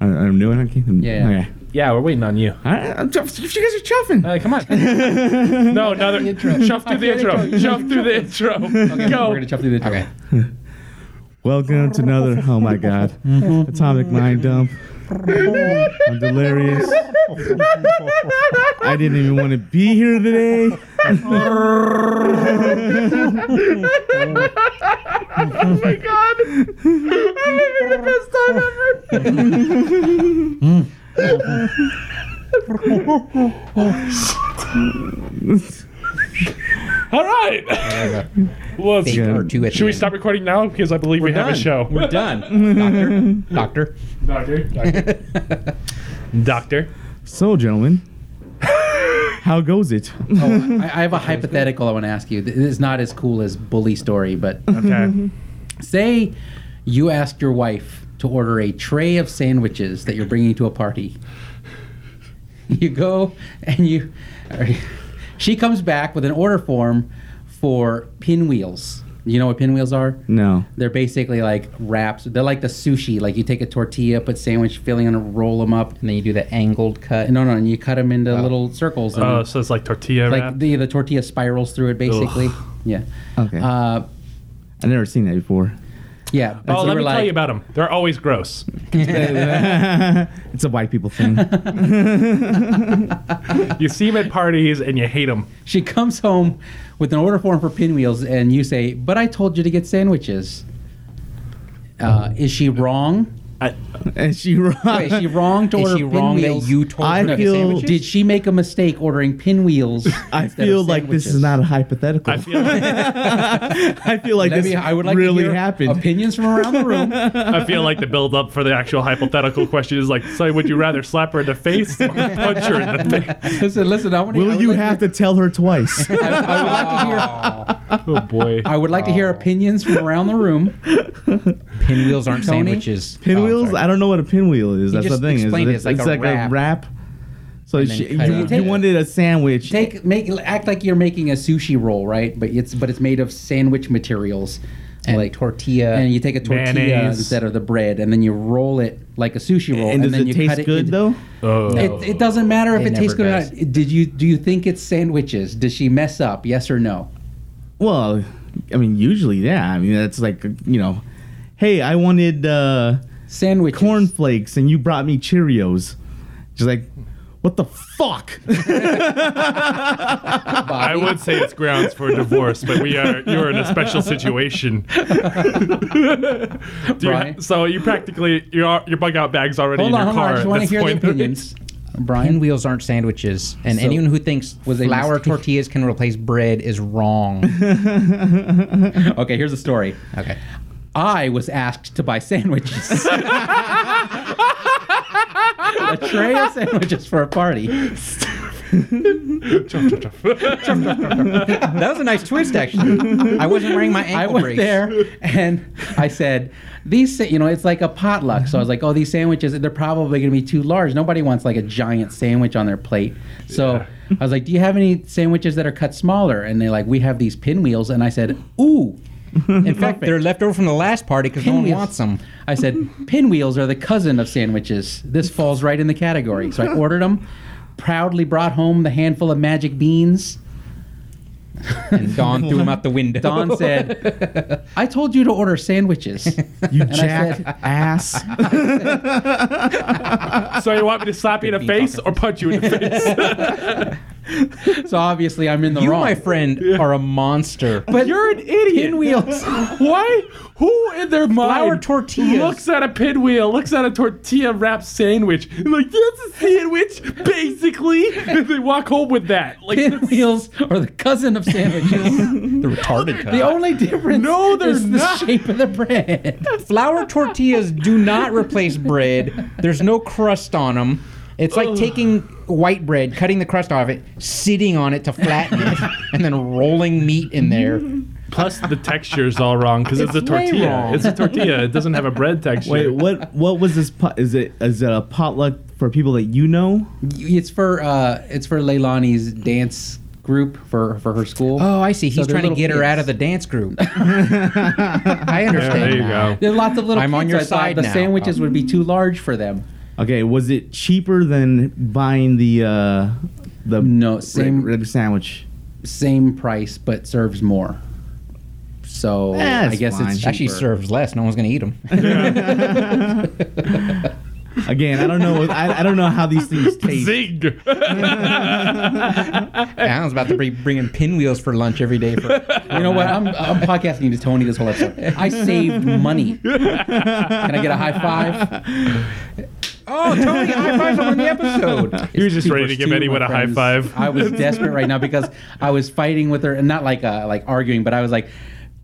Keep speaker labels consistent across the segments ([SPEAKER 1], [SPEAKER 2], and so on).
[SPEAKER 1] doing it? Keith?
[SPEAKER 2] Yeah.
[SPEAKER 1] Okay.
[SPEAKER 3] Yeah, we're waiting on you.
[SPEAKER 1] I, I'm just, you guys are chuffing.
[SPEAKER 3] Uh, come on. no, another. Shove through the intro. Shove through the intro.
[SPEAKER 2] We're
[SPEAKER 3] Go.
[SPEAKER 2] gonna jump through the
[SPEAKER 4] Okay.
[SPEAKER 1] Welcome to another, oh my god,
[SPEAKER 3] Mm-hmm.
[SPEAKER 1] Atomic Mind Dump. I'm delirious. I didn't even want to be here today.
[SPEAKER 3] Oh my god. I'm having the best time ever. All right. Let's.
[SPEAKER 4] Fake or two at the
[SPEAKER 3] Should we
[SPEAKER 4] end.
[SPEAKER 3] stop recording now? Because I believe we have
[SPEAKER 2] done.
[SPEAKER 3] a show.
[SPEAKER 2] We're done. Doctor.
[SPEAKER 3] Doctor. Doctor.
[SPEAKER 2] Doctor.
[SPEAKER 3] Doctor.
[SPEAKER 1] So, gentlemen, how goes it?
[SPEAKER 2] oh, I, I have a hypothetical I want to ask you. Th- It's not as cool as bully story, but Mm-hmm.
[SPEAKER 3] Okay.
[SPEAKER 2] say you ask your wife to order a tray of sandwiches that you're bringing to a party. You go and you. She comes back with an order form for pinwheels. You know what pinwheels are?
[SPEAKER 1] No.
[SPEAKER 2] They're basically like wraps. They're like the sushi. Like you take a tortilla, put sandwich filling on it, roll them up.
[SPEAKER 4] And then you do the angled cut.
[SPEAKER 2] No, no, and you cut them into little circles. And
[SPEAKER 3] Oh, so it's like tortilla wrap.
[SPEAKER 2] like the the tortilla spirals through it, basically. Yeah.
[SPEAKER 1] Okay.
[SPEAKER 2] Uh,
[SPEAKER 1] I've never seen that before.
[SPEAKER 2] yeah. but
[SPEAKER 3] oh,
[SPEAKER 2] you
[SPEAKER 3] let
[SPEAKER 2] were
[SPEAKER 3] me tell
[SPEAKER 2] like-
[SPEAKER 3] you about them. They're always gross.
[SPEAKER 1] it's a white people thing.
[SPEAKER 3] You see them at parties and you hate them.
[SPEAKER 2] She comes home with an order form for pinwheels, and you say, "But I told you to get sandwiches." Uh, is she wrong?
[SPEAKER 3] I,
[SPEAKER 1] And she wrong.
[SPEAKER 2] Is she wrong to
[SPEAKER 4] Is
[SPEAKER 2] order
[SPEAKER 4] she wrong that
[SPEAKER 2] pinwheels?
[SPEAKER 4] you told
[SPEAKER 1] I
[SPEAKER 4] her to get
[SPEAKER 1] feel-
[SPEAKER 4] sandwiches?
[SPEAKER 2] Did she make a mistake ordering pinwheels?
[SPEAKER 1] I
[SPEAKER 2] instead of
[SPEAKER 1] feel like this is
[SPEAKER 2] sandwiches?
[SPEAKER 1] not a hypothetical.
[SPEAKER 3] I feel like,
[SPEAKER 1] I feel like
[SPEAKER 2] Let
[SPEAKER 1] this
[SPEAKER 2] me, I would like
[SPEAKER 1] really
[SPEAKER 2] to hear
[SPEAKER 1] happened.
[SPEAKER 2] opinions from around the room.
[SPEAKER 3] I feel like the build up for the actual hypothetical question is like, so would you rather slap her in the face or punch her in the face?
[SPEAKER 2] listen, listen. I want
[SPEAKER 1] Will you have to tell her twice?
[SPEAKER 2] I, I would like to Oh. hear.
[SPEAKER 3] Oh boy.
[SPEAKER 2] I would like to hear opinions from around the room.
[SPEAKER 4] Pinwheels aren't
[SPEAKER 2] Tony?
[SPEAKER 4] sandwiches.
[SPEAKER 1] Pinwheels?
[SPEAKER 4] Oh, I'm sorry.
[SPEAKER 1] I don't know what a pinwheel is. That's
[SPEAKER 4] just
[SPEAKER 1] the thing. Is
[SPEAKER 4] explained
[SPEAKER 1] it-
[SPEAKER 4] it. It's like a wrap.
[SPEAKER 1] So
[SPEAKER 4] And then
[SPEAKER 1] she,
[SPEAKER 4] cut
[SPEAKER 1] you,
[SPEAKER 4] it
[SPEAKER 1] you
[SPEAKER 2] out.
[SPEAKER 1] wanted a sandwich.
[SPEAKER 2] Take make act like you're making a sushi roll, right? But it's but it's made of sandwich materials,
[SPEAKER 4] And
[SPEAKER 2] like
[SPEAKER 4] tortilla.
[SPEAKER 2] And you take a tortilla
[SPEAKER 3] Mayonnaise.
[SPEAKER 2] instead of the bread, and then you roll it like a sushi roll.
[SPEAKER 1] and does
[SPEAKER 2] then
[SPEAKER 1] it
[SPEAKER 2] you cut
[SPEAKER 1] taste good
[SPEAKER 2] in-
[SPEAKER 1] though?
[SPEAKER 3] Oh.
[SPEAKER 2] It, it doesn't matter if
[SPEAKER 4] It
[SPEAKER 2] it, tastes good
[SPEAKER 4] never
[SPEAKER 2] or not. Did you do you think it's sandwiches? Does she mess up? Yes or no?
[SPEAKER 1] Well, I mean, usually, yeah. I mean, that's like you know, hey, I wanted uh,
[SPEAKER 2] Sandwiches.
[SPEAKER 1] cornflakes and you brought me Cheerios. She's like, what the fuck?
[SPEAKER 3] I would say it's grounds for divorce, but we are you're in a special situation. Do you ha-
[SPEAKER 2] Brian?
[SPEAKER 3] so you practically you are your bug out bag's already
[SPEAKER 2] Hold
[SPEAKER 3] in
[SPEAKER 2] on,
[SPEAKER 3] your
[SPEAKER 2] hold
[SPEAKER 3] car.
[SPEAKER 2] on. I just
[SPEAKER 3] at
[SPEAKER 2] want to hear
[SPEAKER 3] this
[SPEAKER 2] the
[SPEAKER 3] point.
[SPEAKER 2] opinions. Brian,
[SPEAKER 4] Pinwheels aren't sandwiches, and
[SPEAKER 2] So,
[SPEAKER 4] anyone who thinks
[SPEAKER 2] was they
[SPEAKER 4] flour
[SPEAKER 2] mis-
[SPEAKER 4] tortillas can replace bread is wrong.
[SPEAKER 2] okay, here's the story.
[SPEAKER 4] Okay.
[SPEAKER 2] I was asked to buy sandwiches. a tray of sandwiches for a party.
[SPEAKER 4] That was a nice twist, actually. I wasn't wearing my ankle
[SPEAKER 2] I went
[SPEAKER 4] brace.
[SPEAKER 2] there and I said, "These, sa- you know, it's like a potluck." So I was like, "Oh, these sandwiches, they're probably going to be too large. Nobody wants like a giant sandwich on their plate." So I was like, "Do you have any sandwiches that are cut smaller?" And they're like, "We have these pinwheels." And I said, "Ooh."
[SPEAKER 4] In fact, they're left over from the last party because no one
[SPEAKER 2] Pinwheels.
[SPEAKER 4] wants them.
[SPEAKER 2] I said, pinwheels are the cousin of sandwiches. This falls right in the category. So I ordered them, proudly brought home the handful of magic beans.
[SPEAKER 4] And Don threw them out the window.
[SPEAKER 2] Don said, I told you to order sandwiches.
[SPEAKER 1] You
[SPEAKER 2] I
[SPEAKER 1] jack
[SPEAKER 2] said-
[SPEAKER 1] ass.
[SPEAKER 3] So you want me to slap you in the face or punch you in the face?
[SPEAKER 2] So obviously I'm in the
[SPEAKER 4] "You,
[SPEAKER 2] wrong.
[SPEAKER 4] my friend, are a monster."
[SPEAKER 2] But
[SPEAKER 3] You're an idiot.
[SPEAKER 2] pinwheels.
[SPEAKER 3] Why? Who in their mind
[SPEAKER 4] Flour tortillas.
[SPEAKER 3] looks at a pinwheel, looks at a tortilla wrapped sandwich, and like that's a sandwich, basically, and they walk home with that. Like
[SPEAKER 2] pinwheels are the cousin of sandwiches.
[SPEAKER 4] the retarded
[SPEAKER 2] the only difference
[SPEAKER 3] No, they're
[SPEAKER 2] is the
[SPEAKER 3] not.
[SPEAKER 2] shape of the bread.
[SPEAKER 4] flour tortillas do not replace bread. There's no crust on them. It's like taking white bread, cutting the crust off it, sitting on it to flatten it, and then rolling meat in there.
[SPEAKER 3] Plus, the texture is all wrong because it's, a
[SPEAKER 4] It's way
[SPEAKER 3] tortilla.
[SPEAKER 4] wrong.
[SPEAKER 3] It's a tortilla. It doesn't have a bread texture.
[SPEAKER 1] Wait, what? What was this? Po- is it? Is it a potluck for people that you know?
[SPEAKER 2] It's for uh, it's for Leilani's dance group for for her school.
[SPEAKER 4] Oh, I see.
[SPEAKER 2] they're
[SPEAKER 4] He's trying to
[SPEAKER 2] little
[SPEAKER 4] get her
[SPEAKER 2] kids.
[SPEAKER 4] out of the dance group. I
[SPEAKER 3] Yeah,
[SPEAKER 4] understand.
[SPEAKER 3] there you
[SPEAKER 4] now.
[SPEAKER 3] go.
[SPEAKER 2] There are lots of little
[SPEAKER 4] I'm
[SPEAKER 2] kids.
[SPEAKER 4] on your
[SPEAKER 2] I thought
[SPEAKER 4] side
[SPEAKER 2] the
[SPEAKER 4] now.
[SPEAKER 2] sandwiches would be too large for them.
[SPEAKER 1] Okay, was it cheaper than buying the uh, the
[SPEAKER 2] No,
[SPEAKER 1] reg-
[SPEAKER 2] same-
[SPEAKER 1] regular sandwich?
[SPEAKER 2] Same price, but serves more. So
[SPEAKER 4] Eh,
[SPEAKER 1] That's
[SPEAKER 2] I guess
[SPEAKER 1] fine.
[SPEAKER 2] it's cheaper.
[SPEAKER 4] Actually, serves less. No one's gonna eat them.
[SPEAKER 1] Again, I don't know. what- I, I don't know how these things taste.
[SPEAKER 3] Zig.
[SPEAKER 4] I was about to be bringing pinwheels for lunch every day. For,
[SPEAKER 2] You know what? I'm, I'm podcasting to Tony this whole episode. I saved money. Can I get a high five?
[SPEAKER 4] oh, Tony, high five on the episode.
[SPEAKER 3] He was just
[SPEAKER 2] Two
[SPEAKER 3] ready to
[SPEAKER 2] plus
[SPEAKER 3] give
[SPEAKER 2] two,
[SPEAKER 3] anyone
[SPEAKER 2] my
[SPEAKER 3] a high
[SPEAKER 2] friends.
[SPEAKER 3] five.
[SPEAKER 2] I was desperate right now because I was fighting with her, and not like uh, like arguing, but I was like,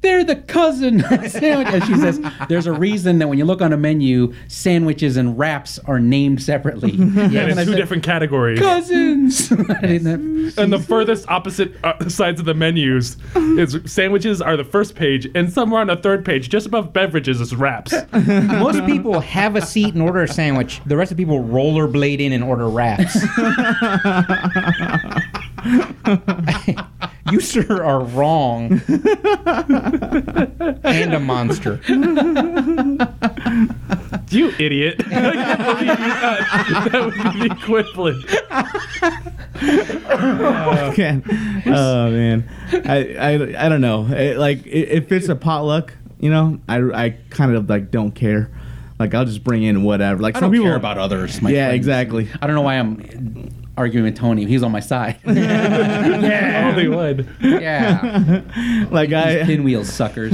[SPEAKER 2] "They're the cousin sandwich." And she says, "There's a reason that when you look on a menu, sandwiches and wraps are named separately." Yeah,
[SPEAKER 3] And in two different categories.
[SPEAKER 2] cousins. I didn't have-
[SPEAKER 3] And the furthest opposite uh, sides of the menus is sandwiches are the first page, and somewhere on the third page, just above beverages, is wraps.
[SPEAKER 4] Most people have a seat and order a sandwich. The rest of the people rollerblade in and order wraps. you sir are wrong and a monster.
[SPEAKER 3] you idiot! I can't believe you got- that would be the equivalent.
[SPEAKER 1] Again. Oh man, I, I, I don't know. It, like i- if it's a potluck, you know, I, I kind of like don't care. Like I'll just bring in whatever. Like
[SPEAKER 2] I
[SPEAKER 1] some
[SPEAKER 2] don't
[SPEAKER 1] people
[SPEAKER 2] care about others. My
[SPEAKER 1] Yeah,
[SPEAKER 2] friends.
[SPEAKER 1] exactly.
[SPEAKER 2] I don't know why I'm arguing with Tony. He's on my side.
[SPEAKER 3] Yeah, only one.
[SPEAKER 4] Yeah.
[SPEAKER 1] Like I,
[SPEAKER 2] Pinwheel suckers.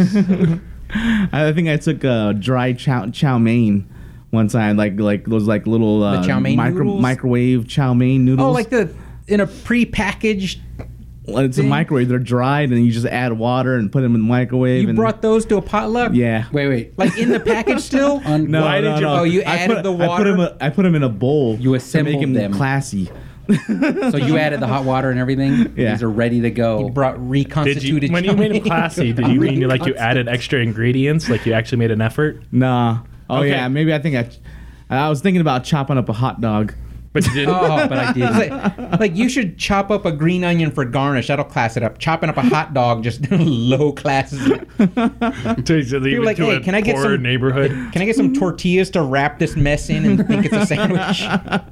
[SPEAKER 1] I think I took uh, dry chow chow mein one time, like like those like little uh,
[SPEAKER 4] chow mein
[SPEAKER 1] micro,
[SPEAKER 4] noodles?
[SPEAKER 1] microwave chow mein noodles.
[SPEAKER 4] Oh, like the in a prepackaged.
[SPEAKER 1] Well, it's a microwave. They're dried, and you just add water and put them in the microwave.
[SPEAKER 4] You
[SPEAKER 1] and
[SPEAKER 4] brought those to a potluck.
[SPEAKER 1] yeah.
[SPEAKER 2] Wait, wait.
[SPEAKER 4] Like in the package still.
[SPEAKER 2] On-
[SPEAKER 1] No,
[SPEAKER 3] Why
[SPEAKER 1] no,
[SPEAKER 3] did you-
[SPEAKER 1] no.
[SPEAKER 4] oh, you
[SPEAKER 1] I
[SPEAKER 4] added
[SPEAKER 1] put,
[SPEAKER 4] the
[SPEAKER 1] I put,
[SPEAKER 4] water?
[SPEAKER 1] 'em a, I put 'em in a bowl.
[SPEAKER 2] You
[SPEAKER 1] to
[SPEAKER 2] assembled
[SPEAKER 1] make 'em
[SPEAKER 2] them.
[SPEAKER 1] classy.
[SPEAKER 2] so you added the hot water and everything.
[SPEAKER 1] Yeah.
[SPEAKER 2] These are ready to go.
[SPEAKER 4] You brought
[SPEAKER 3] Did
[SPEAKER 4] reconstituted.
[SPEAKER 3] you, when you
[SPEAKER 4] chow
[SPEAKER 3] made
[SPEAKER 4] mein.
[SPEAKER 3] it classy, did you mean like you added extra ingredients? Like you actually made an effort?
[SPEAKER 1] Nah. Oh
[SPEAKER 3] Okay.
[SPEAKER 1] yeah, maybe I think I. I was thinking about chopping up a hot dog.
[SPEAKER 3] But you didn't.
[SPEAKER 2] Oh, but I did.
[SPEAKER 4] It's like, like you should chop up a green onion for garnish. That'll class it up. Chopping up a hot dog just low classes. it.
[SPEAKER 3] to to leave
[SPEAKER 4] You're
[SPEAKER 3] it
[SPEAKER 4] like,
[SPEAKER 3] to
[SPEAKER 4] "Hey,
[SPEAKER 3] a
[SPEAKER 4] can I get
[SPEAKER 3] poorer
[SPEAKER 4] some-
[SPEAKER 3] neighborhood.
[SPEAKER 4] Can I get some tortillas to wrap this mess in and think it's a sandwich?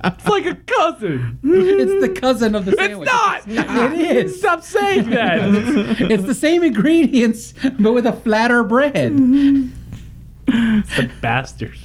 [SPEAKER 3] It's like a cousin.
[SPEAKER 2] It's the cousin of the sandwich.
[SPEAKER 3] It's not.
[SPEAKER 2] It is.
[SPEAKER 3] Stop saying that.
[SPEAKER 2] It's the same ingredients, but with a flatter bread.
[SPEAKER 3] Mm-hmm. Bastards.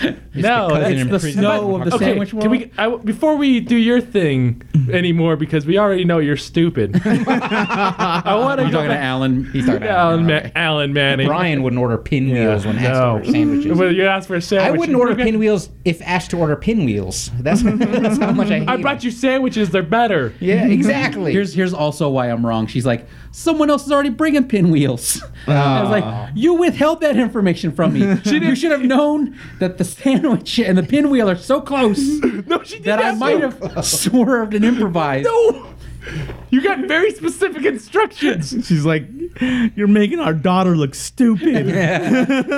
[SPEAKER 4] the
[SPEAKER 3] no,
[SPEAKER 4] cousin
[SPEAKER 3] it's
[SPEAKER 4] in
[SPEAKER 3] the
[SPEAKER 4] prison.
[SPEAKER 3] snow
[SPEAKER 2] of the
[SPEAKER 3] okay,
[SPEAKER 2] sandwich
[SPEAKER 3] Can we, I, before we do your thing anymore, because we already know you're stupid. I want to
[SPEAKER 2] You're
[SPEAKER 3] go
[SPEAKER 2] talking to
[SPEAKER 3] back.
[SPEAKER 2] Alan. He's talking to
[SPEAKER 3] Alan,
[SPEAKER 2] Alan.
[SPEAKER 3] Ma- Alan Manning.
[SPEAKER 4] Brian wouldn't order pinwheels when asked
[SPEAKER 3] No.
[SPEAKER 4] to order sandwiches.
[SPEAKER 3] Well, you asked for a
[SPEAKER 4] I
[SPEAKER 3] sandwich.
[SPEAKER 4] wouldn't order pinwheels if asked to order pinwheels. That's, that's how much I hate.
[SPEAKER 3] I brought you sandwiches. They're better.
[SPEAKER 4] Yeah, exactly.
[SPEAKER 2] Here's here's also why I'm wrong. She's like, someone else is already bringing pinwheels. I was
[SPEAKER 3] Ah.
[SPEAKER 2] like, you withheld that information from me. you should have known that the sandwich and the pinwheel are so close
[SPEAKER 3] No, she did
[SPEAKER 2] that I
[SPEAKER 3] have
[SPEAKER 2] might
[SPEAKER 3] some.
[SPEAKER 2] have swerved and improvised.
[SPEAKER 3] No. You got very specific instructions.
[SPEAKER 1] She's like, "You're making our daughter look stupid."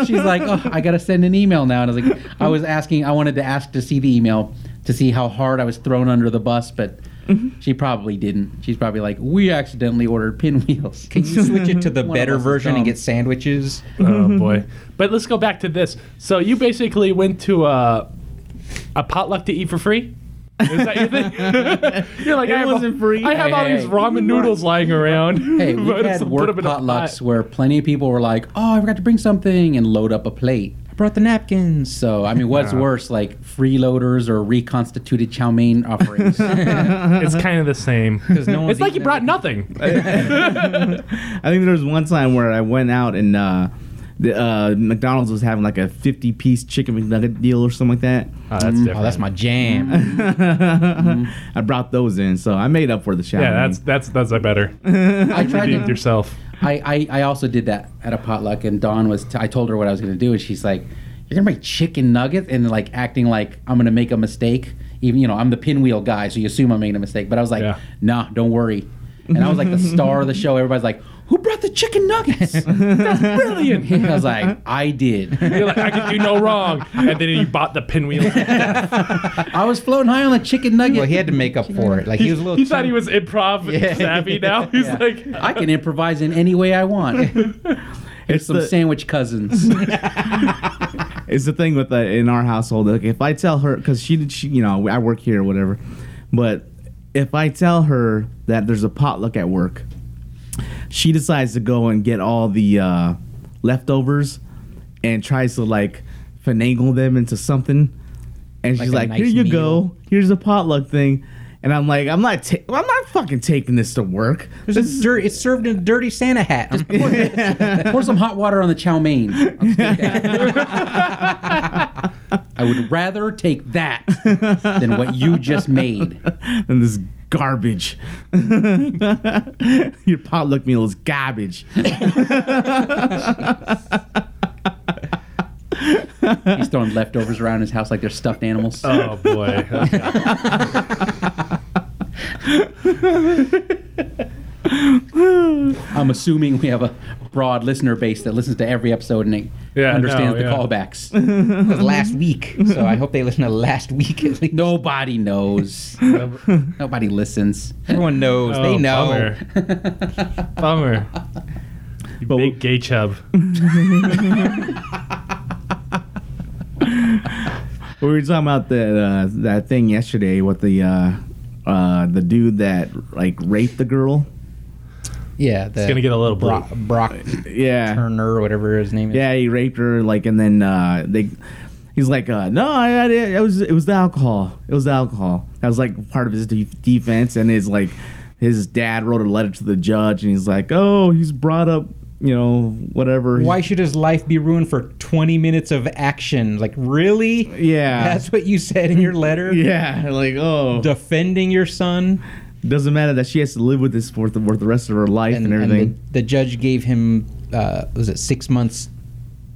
[SPEAKER 2] She's like, oh, I gotta send an email now. And I was like, I was asking, I wanted to ask to see the email to see how hard I was thrown under the bus, but she probably didn't. She's probably like, we accidentally ordered pinwheels.
[SPEAKER 4] Can you switch it to the
[SPEAKER 2] One of
[SPEAKER 4] better
[SPEAKER 2] us is
[SPEAKER 4] version
[SPEAKER 2] dumb.
[SPEAKER 4] and get sandwiches?
[SPEAKER 3] oh boy. But let's go back to this. So you basically went to a a potluck to eat for free. Is that your thing? You're like,
[SPEAKER 1] It
[SPEAKER 3] I have
[SPEAKER 1] wasn't free.
[SPEAKER 3] I have all
[SPEAKER 2] Hey,
[SPEAKER 3] these ramen noodles lying around.
[SPEAKER 2] Hey,
[SPEAKER 3] But
[SPEAKER 2] we've
[SPEAKER 3] if
[SPEAKER 2] had
[SPEAKER 3] some-
[SPEAKER 2] work
[SPEAKER 3] put 'em in a pot.
[SPEAKER 2] potlucks where plenty of people were like, "Oh, I forgot to bring something," and load up a plate.
[SPEAKER 4] I brought the napkins.
[SPEAKER 2] So, I mean, what's worse, like freeloaders or reconstituted chow mein offerings?
[SPEAKER 3] It's kind of the same.
[SPEAKER 4] no one's
[SPEAKER 3] it's like you
[SPEAKER 4] eating
[SPEAKER 3] brought nothing.
[SPEAKER 1] I think there was one time where I went out and uh, the, uh, McDonald's was having like a 50-piece chicken McNugget deal or something like that.
[SPEAKER 3] Oh, that's different.
[SPEAKER 4] Oh, that's my jam.
[SPEAKER 1] I brought those in, so I made up for the shower.
[SPEAKER 3] yeah, that's that's that's a better.
[SPEAKER 2] I tried
[SPEAKER 3] Redeemed
[SPEAKER 2] to.
[SPEAKER 3] yourself.
[SPEAKER 2] I, I, I also did that at a potluck, and Dawn was. T- I told her what I was going to do, and she's like, "You're going to make chicken nuggets," and like acting like I'm going to make a mistake. Even you know, I'm the pinwheel guy, so you assume I'm making a mistake. But I was like,
[SPEAKER 3] Yeah.
[SPEAKER 2] "Nah, don't worry." And I was like the star of the show. Everybody's like, "Who brought the chicken nuggets?" That's brilliant. I was like, "I did."
[SPEAKER 3] You're like, I could do no wrong. And then you bought the pinwheel.
[SPEAKER 2] I was floating high on a chicken nugget.
[SPEAKER 4] well, he had to make up for it. Like he was a little.
[SPEAKER 3] He thought he was improv
[SPEAKER 4] Yeah.
[SPEAKER 3] savvy now. He's
[SPEAKER 2] Yeah.
[SPEAKER 3] like,
[SPEAKER 2] I can improvise in any way I want. Here's
[SPEAKER 1] It's
[SPEAKER 2] some
[SPEAKER 1] the-
[SPEAKER 2] sandwich cousins.
[SPEAKER 1] it's the thing with uh, in our household. Like if I tell her, because she, she, you know, I work here or whatever, but if I tell her that there's a potluck at work, she decides to go and get all the uh, leftovers and tries to like finagle them into something. And she's
[SPEAKER 4] Like a
[SPEAKER 1] like, "Here
[SPEAKER 4] nice
[SPEAKER 1] you
[SPEAKER 4] meal."
[SPEAKER 1] go. Here's a potluck thing." And I'm like, "I'm not. Ta- I'm not fucking taking this to work."
[SPEAKER 4] There's a dir- it's served in a dirty Santa hat. I'm-
[SPEAKER 2] Pour some hot water on the chow mein. I'll just take that. I would rather take that than what you just made.
[SPEAKER 1] and this garbage. Your potluck meal is garbage.
[SPEAKER 2] He's throwing leftovers around his house like they're stuffed animals.
[SPEAKER 3] Oh boy. Okay.
[SPEAKER 2] I'm assuming we have a broad listener base that listens to every episode and they
[SPEAKER 3] Yeah,
[SPEAKER 2] understands
[SPEAKER 3] no,
[SPEAKER 2] the
[SPEAKER 3] yeah.
[SPEAKER 2] callbacks.
[SPEAKER 4] It was last week, so I hope they listen to last week. At least.
[SPEAKER 2] Nobody knows. Nobody listens.
[SPEAKER 4] Everyone knows. they
[SPEAKER 3] Oh,
[SPEAKER 4] know.
[SPEAKER 3] Bummer. bummer. You
[SPEAKER 1] But
[SPEAKER 3] big gay chub.
[SPEAKER 1] We were talking about that uh, that thing yesterday with the uh, uh, the dude that like raped the girl.
[SPEAKER 4] Yeah, the,
[SPEAKER 3] gonna get a little
[SPEAKER 4] Brock,
[SPEAKER 3] blue.
[SPEAKER 4] Brock
[SPEAKER 1] Yeah,
[SPEAKER 4] Turner or whatever his name is.
[SPEAKER 1] yeah, he raped her. Like, and then uh, they. He's like, uh, no, I, I, didn't- it was it was the alcohol. It was the alcohol. That was like part of his de- defense, and his like, his dad wrote a letter to the judge, and he's like, oh, he's brought up, you know, whatever. He's-
[SPEAKER 4] Why should his life be ruined for 20 minutes of action? Like, really?
[SPEAKER 1] Yeah.
[SPEAKER 4] That's what you said in your letter?
[SPEAKER 1] Yeah, like oh,
[SPEAKER 4] Defending your son?
[SPEAKER 1] doesn't matter that she has to live with this for the, for the rest of her life and, everything.
[SPEAKER 4] the, the judge gave him, uh, was it six months?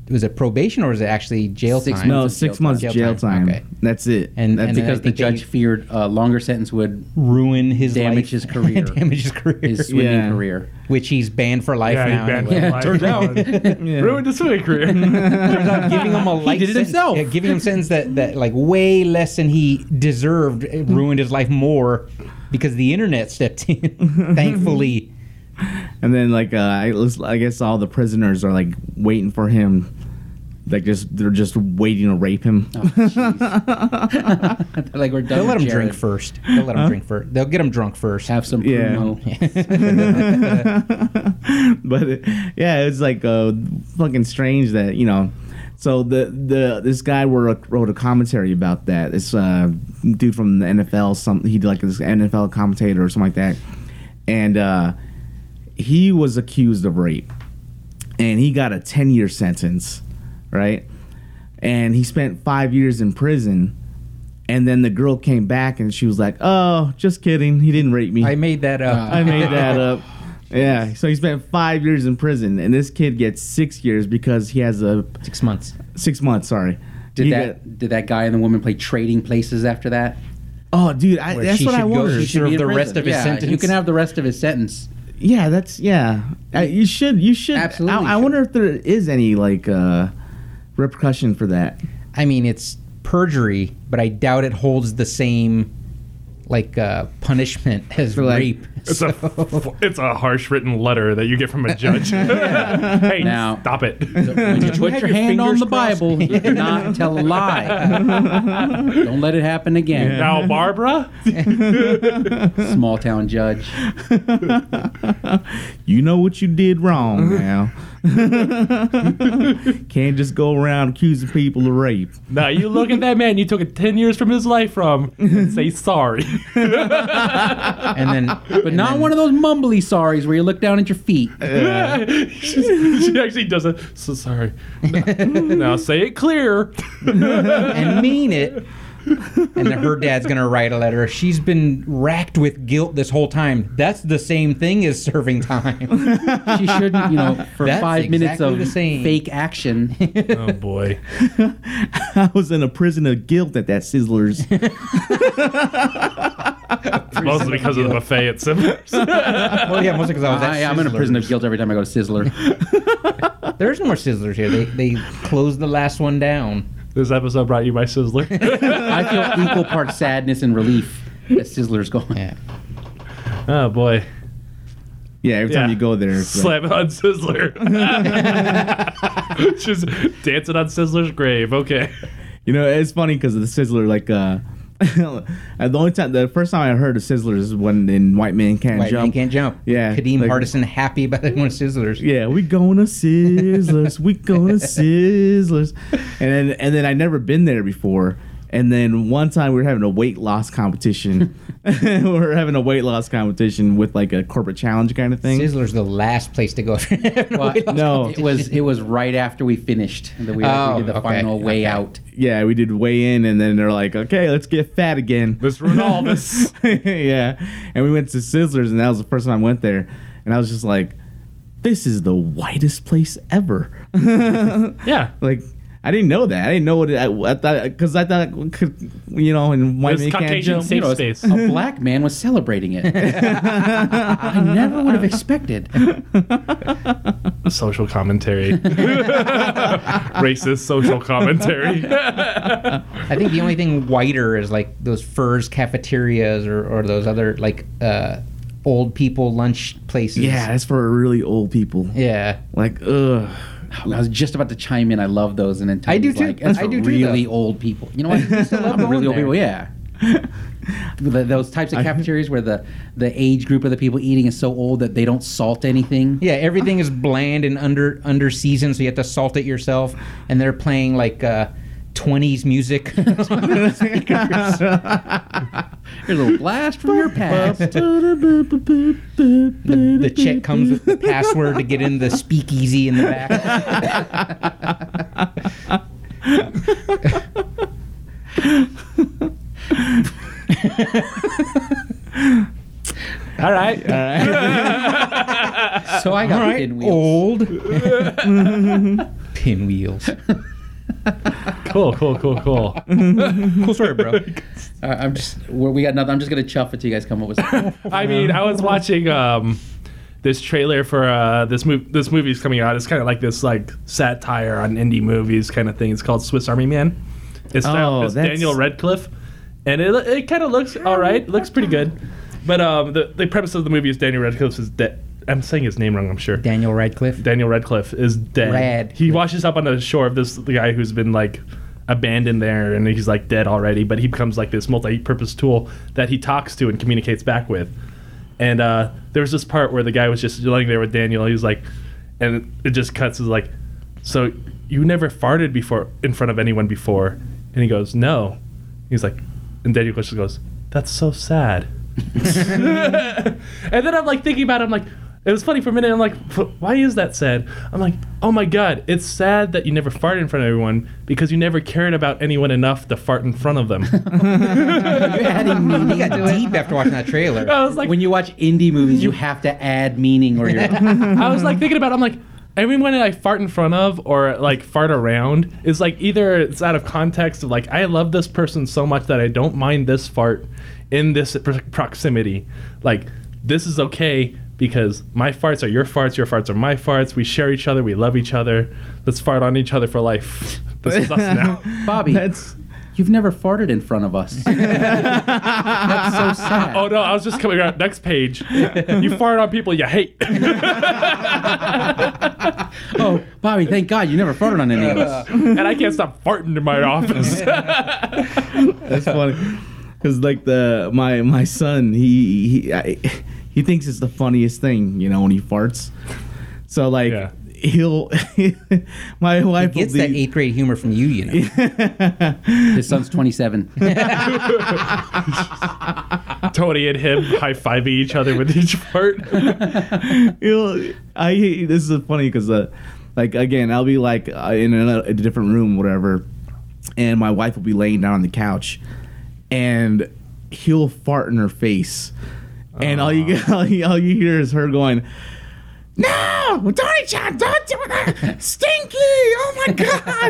[SPEAKER 4] Was it probation or was it actually jail
[SPEAKER 2] Six
[SPEAKER 4] time?
[SPEAKER 1] no,
[SPEAKER 2] months
[SPEAKER 1] six months jail, time.
[SPEAKER 4] Okay.
[SPEAKER 1] That's it.
[SPEAKER 4] And-
[SPEAKER 1] that's
[SPEAKER 4] and
[SPEAKER 1] it.
[SPEAKER 4] then-
[SPEAKER 2] Because the
[SPEAKER 4] think they-
[SPEAKER 2] judge feared a longer sentence would
[SPEAKER 4] Ruin his
[SPEAKER 2] Damage
[SPEAKER 4] life.
[SPEAKER 2] his career.
[SPEAKER 4] damage his career.
[SPEAKER 2] his swimming
[SPEAKER 1] Yeah.
[SPEAKER 2] career.
[SPEAKER 4] which he's banned for life
[SPEAKER 3] Yeah,
[SPEAKER 4] now.
[SPEAKER 3] you banned for
[SPEAKER 4] anyway.
[SPEAKER 3] life.
[SPEAKER 4] Turns out,
[SPEAKER 1] Yeah.
[SPEAKER 3] Ruined his swimming career.
[SPEAKER 4] turns out giving him a life
[SPEAKER 2] did it
[SPEAKER 4] sentence,
[SPEAKER 2] himself.
[SPEAKER 4] yeah, giving him sentence that, that like way less than he deserved it
[SPEAKER 2] Mm-hmm.
[SPEAKER 4] ruined his life more because the internet stepped in. Thankfully,
[SPEAKER 1] and then like uh, I, lis- I guess all the prisoners are like waiting for him. Like just they're just waiting to rape him.
[SPEAKER 2] Jeez. like we're done.
[SPEAKER 4] they'll let
[SPEAKER 2] with
[SPEAKER 4] him drink
[SPEAKER 2] Jared.
[SPEAKER 4] first. They'll let him drink first. They'll get him drunk first.
[SPEAKER 2] Have some
[SPEAKER 1] Yeah.
[SPEAKER 2] Pruno.
[SPEAKER 1] but it- yeah, it's like uh, fucking strange that you know. So the the this guy wrote a, wrote a commentary about that. This uh, dude from the NFL, some he did like this NFL commentator or something like that, and uh, he was accused of rape, and he got a ten year sentence, right? And he spent five years in prison. And then the girl came back and she was like, "Oh, just kidding. He didn't rape me."
[SPEAKER 4] I made that up.
[SPEAKER 1] I made that up. Yeah, so he spent five years in prison, and this kid gets six years because he has a
[SPEAKER 4] Six months.
[SPEAKER 1] six months. Sorry,
[SPEAKER 2] Did
[SPEAKER 1] He
[SPEAKER 2] that? did that guy and the woman play trading places after that?
[SPEAKER 1] got- oh, dude, I,
[SPEAKER 4] Where
[SPEAKER 1] that's
[SPEAKER 4] she
[SPEAKER 1] what I
[SPEAKER 4] should go,
[SPEAKER 1] wondered.
[SPEAKER 4] she should- Serve
[SPEAKER 2] Be in
[SPEAKER 4] the rest
[SPEAKER 2] prison.
[SPEAKER 4] of his
[SPEAKER 2] Yeah, You
[SPEAKER 4] sentence.
[SPEAKER 2] can have the rest of his sentence.
[SPEAKER 1] yeah, that's yeah. I, you should. You should.
[SPEAKER 2] Absolutely
[SPEAKER 1] I, I
[SPEAKER 2] should.
[SPEAKER 1] wonder if there is any like uh repercussion for that.
[SPEAKER 4] I mean, it's perjury, but I doubt it holds the same like uh, punishment as
[SPEAKER 1] like-
[SPEAKER 4] rape.
[SPEAKER 3] It's a it's a harsh written letter that you get from a judge. hey,
[SPEAKER 2] Now-
[SPEAKER 3] stop it.
[SPEAKER 2] When you put
[SPEAKER 4] have
[SPEAKER 2] your
[SPEAKER 4] your
[SPEAKER 2] hand on
[SPEAKER 4] fingers
[SPEAKER 2] the
[SPEAKER 4] crossed?
[SPEAKER 2] Bible, you do not tell a lie. Don't let it happen again.
[SPEAKER 3] Now, Barbara.
[SPEAKER 2] Small town judge.
[SPEAKER 1] You know what you did wrong now. Can't just go around accusing people of rape.
[SPEAKER 3] Now you look at that man you took it ten years from his life from and say sorry.
[SPEAKER 4] and then,
[SPEAKER 2] But not one of those mumbly sorries where you look down at your feet.
[SPEAKER 3] she actually does it. So sorry. now say it clear.
[SPEAKER 4] and mean it. And then her dad's gonna write a letter. She's been racked with guilt this whole time. That's the same thing as serving time.
[SPEAKER 2] She shouldn't, you know, for
[SPEAKER 4] That's
[SPEAKER 2] five minutes
[SPEAKER 4] exactly
[SPEAKER 2] of
[SPEAKER 4] the same.
[SPEAKER 2] fake action.
[SPEAKER 3] oh boy.
[SPEAKER 1] I was in a prison of guilt at that Sizzlers.
[SPEAKER 3] Mostly because of the buffet at Simmers.
[SPEAKER 4] well, yeah, mostly because I was. At
[SPEAKER 2] I, am in a
[SPEAKER 4] Sizzlers.
[SPEAKER 2] prison of guilt every time I go to Sizzler.
[SPEAKER 4] There's more Sizzlers here. They they closed the last one down.
[SPEAKER 3] this episode brought you by Sizzler.
[SPEAKER 2] I feel equal parts sadness and relief that Sizzler's gone.
[SPEAKER 4] Yeah.
[SPEAKER 3] oh boy.
[SPEAKER 1] Yeah, every time
[SPEAKER 3] Yeah.
[SPEAKER 1] you go there, it's like,
[SPEAKER 3] Slap it on Sizzler. Just dancing on Sizzler's grave. Okay.
[SPEAKER 1] you know, it's funny because the Sizzler, like, uh, the only time, the first time I heard of Sizzler is when in White Man Can't
[SPEAKER 4] White
[SPEAKER 1] Jump.
[SPEAKER 4] man can't jump.
[SPEAKER 1] Yeah,
[SPEAKER 4] Kadeem
[SPEAKER 1] like-
[SPEAKER 4] Hardison happy about that one of Sizzlers.
[SPEAKER 1] Yeah, we going to Sizzlers. we going to Sizzlers. And then and then I never been there before. And then one time we were having a weight loss competition. we were having a weight loss competition with like a corporate challenge kind of thing.
[SPEAKER 4] Sizzler's the last place to go.
[SPEAKER 1] No.
[SPEAKER 2] It was it was right after we finished that we,
[SPEAKER 4] Oh,
[SPEAKER 2] we did the
[SPEAKER 4] okay,
[SPEAKER 2] final way
[SPEAKER 4] okay.
[SPEAKER 2] out.
[SPEAKER 1] Yeah, we did weigh in, and then they're like, "Okay, let's get fat again."
[SPEAKER 3] Let's ruin all this.
[SPEAKER 1] yeah, and we went to Sizzlers, and that was the first time I went there, and I was just like, "This is the whitest place ever."
[SPEAKER 3] Yeah.
[SPEAKER 1] like I didn't know that. I didn't know what it, I, I thought because I thought it could, you know, and white
[SPEAKER 3] It's
[SPEAKER 1] man can't
[SPEAKER 3] Caucasian
[SPEAKER 1] jump.
[SPEAKER 3] safe
[SPEAKER 1] you know,
[SPEAKER 3] space.
[SPEAKER 2] A black man was celebrating it. I never would have expected.
[SPEAKER 3] Social commentary. Racist social commentary.
[SPEAKER 4] I think the only thing whiter is like those furs cafeterias or, or those other like uh, old people lunch places.
[SPEAKER 1] Yeah, that's for really old people.
[SPEAKER 4] Yeah.
[SPEAKER 1] Like, ugh.
[SPEAKER 2] I was just about to chime in. I love those, and then
[SPEAKER 4] I do
[SPEAKER 2] Tony's
[SPEAKER 4] too.
[SPEAKER 2] Like, That's
[SPEAKER 4] I
[SPEAKER 2] for
[SPEAKER 4] do too,
[SPEAKER 2] really
[SPEAKER 4] though."
[SPEAKER 2] old people. You know what? I still love
[SPEAKER 4] I'm
[SPEAKER 2] really old
[SPEAKER 4] going
[SPEAKER 2] people. Yeah. The- those types of cafeterias where the, the age group of the people eating is so old that they don't salt anything.
[SPEAKER 4] Yeah, everything is bland and under under seasoned, so you have to salt it yourself. And they're playing like uh, 20s music.
[SPEAKER 2] Here's a little blast from your past.
[SPEAKER 4] the, the check comes with the password to get in the speakeasy in the back.
[SPEAKER 3] all right.
[SPEAKER 2] so I got pinwheels.
[SPEAKER 4] old pinwheels.
[SPEAKER 3] Cool, cool, cool, cool.
[SPEAKER 4] Cool story, bro.
[SPEAKER 2] Uh, I'm just well, we got nothing. I'm just gonna chuff it till you guys come up with something.
[SPEAKER 3] I mean, I was watching um, this trailer for uh, this movie. This movie's coming out. It's kind of like this like satire on indie movies kind of thing. It's called Swiss Army Man. It's,
[SPEAKER 1] Oh,
[SPEAKER 3] it's
[SPEAKER 1] that's-
[SPEAKER 3] Daniel Radcliffe, and it it kind of looks all right. Looks pretty good, but um, the the premise of the movie is Daniel Radcliffe is dead. I'm saying his name wrong. I'm sure.
[SPEAKER 4] Daniel Radcliffe.
[SPEAKER 3] Daniel Radcliffe is dead.
[SPEAKER 4] Rad.
[SPEAKER 3] He washes up on the shore of this guy who's been like abandoned there and he's like dead already, but he becomes like this multi purpose tool that he talks to and communicates back with. And uh, there was this part where the guy was just laying there with Daniel. He was like, and it just cuts. Is like, so you never farted before in front of anyone before? And he goes, no. He's like, and Daniel just goes, that's so sad and then I'm like thinking about it. I'm like, it was funny for a minute. I'm like, "F- why is that sad? I'm like, oh my god, it's sad that you never farted in front of everyone because you never cared about anyone enough to fart in front of them.
[SPEAKER 4] You're adding meaning. got deep after watching that trailer.
[SPEAKER 3] I was like,
[SPEAKER 2] when you watch indie movies, you have to add meaning, or you're
[SPEAKER 3] I was like thinking about. It, I'm like. Everyone that I fart in front of or like fart around is like either it's out of context of like I love this person so much that I don't mind this fart in this pro- proximity. Like this is okay because my farts are your farts, your farts are my farts. We share each other, we love each other. Let's fart on each other for life. This is us now.
[SPEAKER 2] Bobby.
[SPEAKER 1] That's
[SPEAKER 2] You've never farted in front of us. That's so sad.
[SPEAKER 3] Oh no, I was just coming around. Next page. You fart on people you hate.
[SPEAKER 2] Oh, Bobby, thank God you never farted on any of us.
[SPEAKER 3] and I can't stop farting in my office.
[SPEAKER 1] That's funny. Because like the my my son, he he I, he thinks it's the funniest thing, you know, when he farts. So like
[SPEAKER 3] Yeah.
[SPEAKER 1] he'll my wife
[SPEAKER 4] Gets
[SPEAKER 1] will
[SPEAKER 4] that
[SPEAKER 1] be,
[SPEAKER 4] eighth grade humor from you, you know.
[SPEAKER 2] His son's 27.
[SPEAKER 3] Tony and him high fiving each other with each fart.
[SPEAKER 1] he'll, I this is funny because uh, like again, I'll be like uh, in another, a different room, whatever, and my wife will be laying down on the couch, and he'll fart in her face, and all you all you, all you hear is her going. No, Tony John, don't do that. Stinky! Oh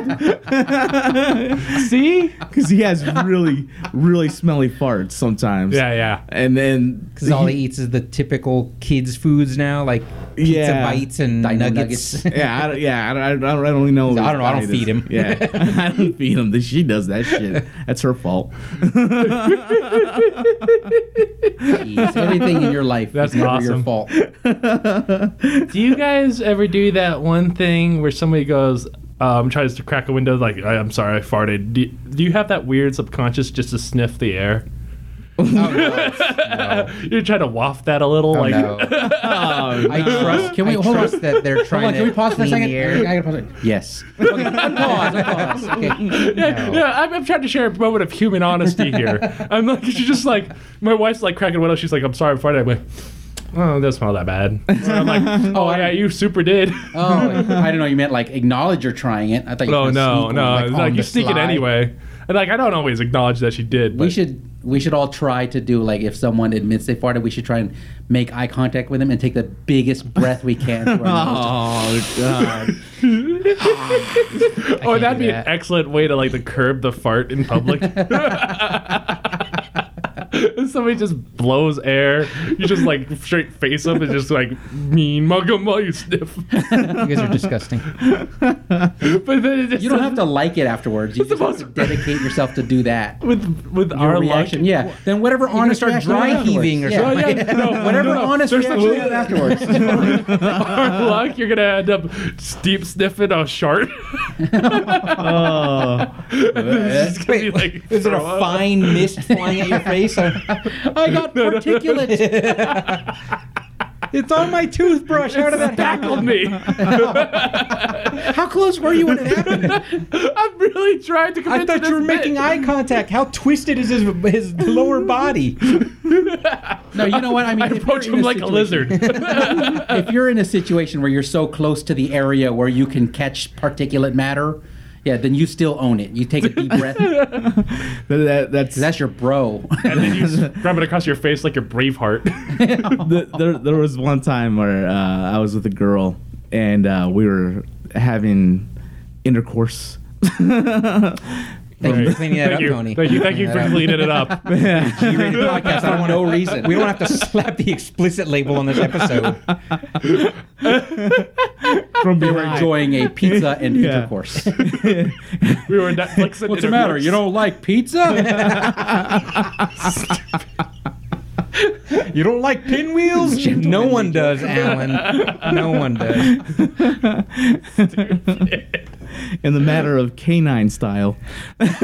[SPEAKER 1] my god!
[SPEAKER 3] See?
[SPEAKER 1] Because he has really, really smelly farts sometimes.
[SPEAKER 3] Yeah, yeah.
[SPEAKER 1] And then
[SPEAKER 4] Because all he eats is the typical kids' foods now, like pizza
[SPEAKER 1] Yeah.
[SPEAKER 4] bites and
[SPEAKER 2] Dino
[SPEAKER 4] nuggets.
[SPEAKER 2] nuggets.
[SPEAKER 1] Yeah, I don't, yeah, I don't, I don't, I don't really know.
[SPEAKER 4] I don't know, I
[SPEAKER 1] why
[SPEAKER 4] don't
[SPEAKER 1] it
[SPEAKER 4] feed
[SPEAKER 1] is.
[SPEAKER 4] him.
[SPEAKER 1] Yeah, I don't feed him. She does that shit. That's her fault.
[SPEAKER 2] Jeez, everything in your life
[SPEAKER 3] That's
[SPEAKER 2] is never your
[SPEAKER 3] awesome.
[SPEAKER 2] fault.
[SPEAKER 3] Do you guys ever do that one thing where somebody goes, um, tries to crack a window, like, I, I'm sorry, I farted? Do, do you have that weird subconscious just to sniff the air?
[SPEAKER 4] Oh,
[SPEAKER 3] You're trying to waft that a little, like, Oh,
[SPEAKER 4] no. I trust. Can we hold on? That they're
[SPEAKER 2] Hold on,
[SPEAKER 4] trying. to
[SPEAKER 2] can we pause for a
[SPEAKER 4] clean
[SPEAKER 2] second?
[SPEAKER 4] the air.
[SPEAKER 2] I gotta pause. it.
[SPEAKER 4] Yes.
[SPEAKER 2] Okay, pause, pause. Okay.
[SPEAKER 3] yeah, yeah, I'm, I'm trying to share a moment of human honesty here. I'm like, she's just like, my wife's like cracking a window. She's like, I'm sorry, I'm farted. I'm like, oh, it doesn't smell that bad. And I'm like, oh, yeah, you super did.
[SPEAKER 2] Oh, I don't know. You meant like acknowledge you're trying it. I thought. You
[SPEAKER 3] No,
[SPEAKER 2] were gonna
[SPEAKER 3] no,
[SPEAKER 2] sneak one,
[SPEAKER 3] no. Like,
[SPEAKER 2] on
[SPEAKER 3] you
[SPEAKER 2] the
[SPEAKER 3] sneak it
[SPEAKER 2] sly.
[SPEAKER 3] anyway. And like, I don't always acknowledge that she did. But
[SPEAKER 2] We should we should all try to do like if someone admits they farted, we should try and make eye contact with them and take the biggest breath we can. Through our nose.
[SPEAKER 1] Oh god.
[SPEAKER 3] Oh, that'd
[SPEAKER 4] do
[SPEAKER 3] be
[SPEAKER 4] that.
[SPEAKER 3] an excellent way to like to curb the fart in public. Somebody just blows air. You just like straight face up and just like mean mug 'em while you sniff.
[SPEAKER 4] You guys are disgusting.
[SPEAKER 3] But then it just
[SPEAKER 2] You don't have to like it afterwards. You
[SPEAKER 3] the
[SPEAKER 2] just have to
[SPEAKER 3] most-
[SPEAKER 2] dedicate yourself to do that.
[SPEAKER 3] with with
[SPEAKER 2] Your
[SPEAKER 3] our
[SPEAKER 2] reaction,
[SPEAKER 3] luck.
[SPEAKER 2] yeah. Then whatever honest
[SPEAKER 4] start
[SPEAKER 2] reaction
[SPEAKER 4] dry
[SPEAKER 2] afterwards.
[SPEAKER 4] heaving or
[SPEAKER 2] Yeah.
[SPEAKER 4] something.
[SPEAKER 3] Oh, yeah, no,
[SPEAKER 2] whatever
[SPEAKER 3] no, no.
[SPEAKER 2] honest
[SPEAKER 3] There's
[SPEAKER 2] reaction
[SPEAKER 3] the-
[SPEAKER 2] you have afterwards.
[SPEAKER 3] Our luck, you're gonna end up deep sniffing a shark.
[SPEAKER 1] Oh.
[SPEAKER 3] It's gonna be like
[SPEAKER 4] Uh, Is it a
[SPEAKER 3] throw up.
[SPEAKER 4] fine mist flying at your face?
[SPEAKER 2] I got particulate.
[SPEAKER 4] it's on my toothbrush. How did that
[SPEAKER 3] Tackled
[SPEAKER 4] happen?
[SPEAKER 3] me.
[SPEAKER 4] How close were you when it happened?
[SPEAKER 3] I'm really trying to commit
[SPEAKER 4] I thought
[SPEAKER 3] to
[SPEAKER 4] you were
[SPEAKER 3] this bit.
[SPEAKER 4] making eye contact. How twisted is his his lower body?
[SPEAKER 2] No, you know what I mean.
[SPEAKER 3] I
[SPEAKER 2] if you're
[SPEAKER 3] approach
[SPEAKER 2] in
[SPEAKER 3] him like a
[SPEAKER 2] situation-
[SPEAKER 3] lizard.
[SPEAKER 2] if you're in a situation where you're so close to the area where you can catch particulate matter, yeah, then you still own it. You take a deep breath. 'cause
[SPEAKER 1] That, that's
[SPEAKER 2] That's your bro.
[SPEAKER 3] and then you just grab it across your face like a Braveheart.
[SPEAKER 1] the, there, there was one time where uh, I was with a girl and uh, we were having intercourse.
[SPEAKER 4] Thank you for cleaning that
[SPEAKER 3] thank
[SPEAKER 4] up,
[SPEAKER 3] you.
[SPEAKER 4] Tony.
[SPEAKER 3] Thank you, thank you for cleaning it up.
[SPEAKER 4] G-rated podcast. I
[SPEAKER 2] For
[SPEAKER 4] don't want
[SPEAKER 2] no reason.
[SPEAKER 4] We don't have to slap the explicit label on this episode.
[SPEAKER 1] From
[SPEAKER 2] They were enjoying a pizza and
[SPEAKER 1] Yeah.
[SPEAKER 2] intercourse.
[SPEAKER 3] We were Netflixing.
[SPEAKER 2] What's the matter? You don't like pizza?
[SPEAKER 4] You don't like pinwheels? no one does, Alan. No one does.
[SPEAKER 1] in the matter of canine style.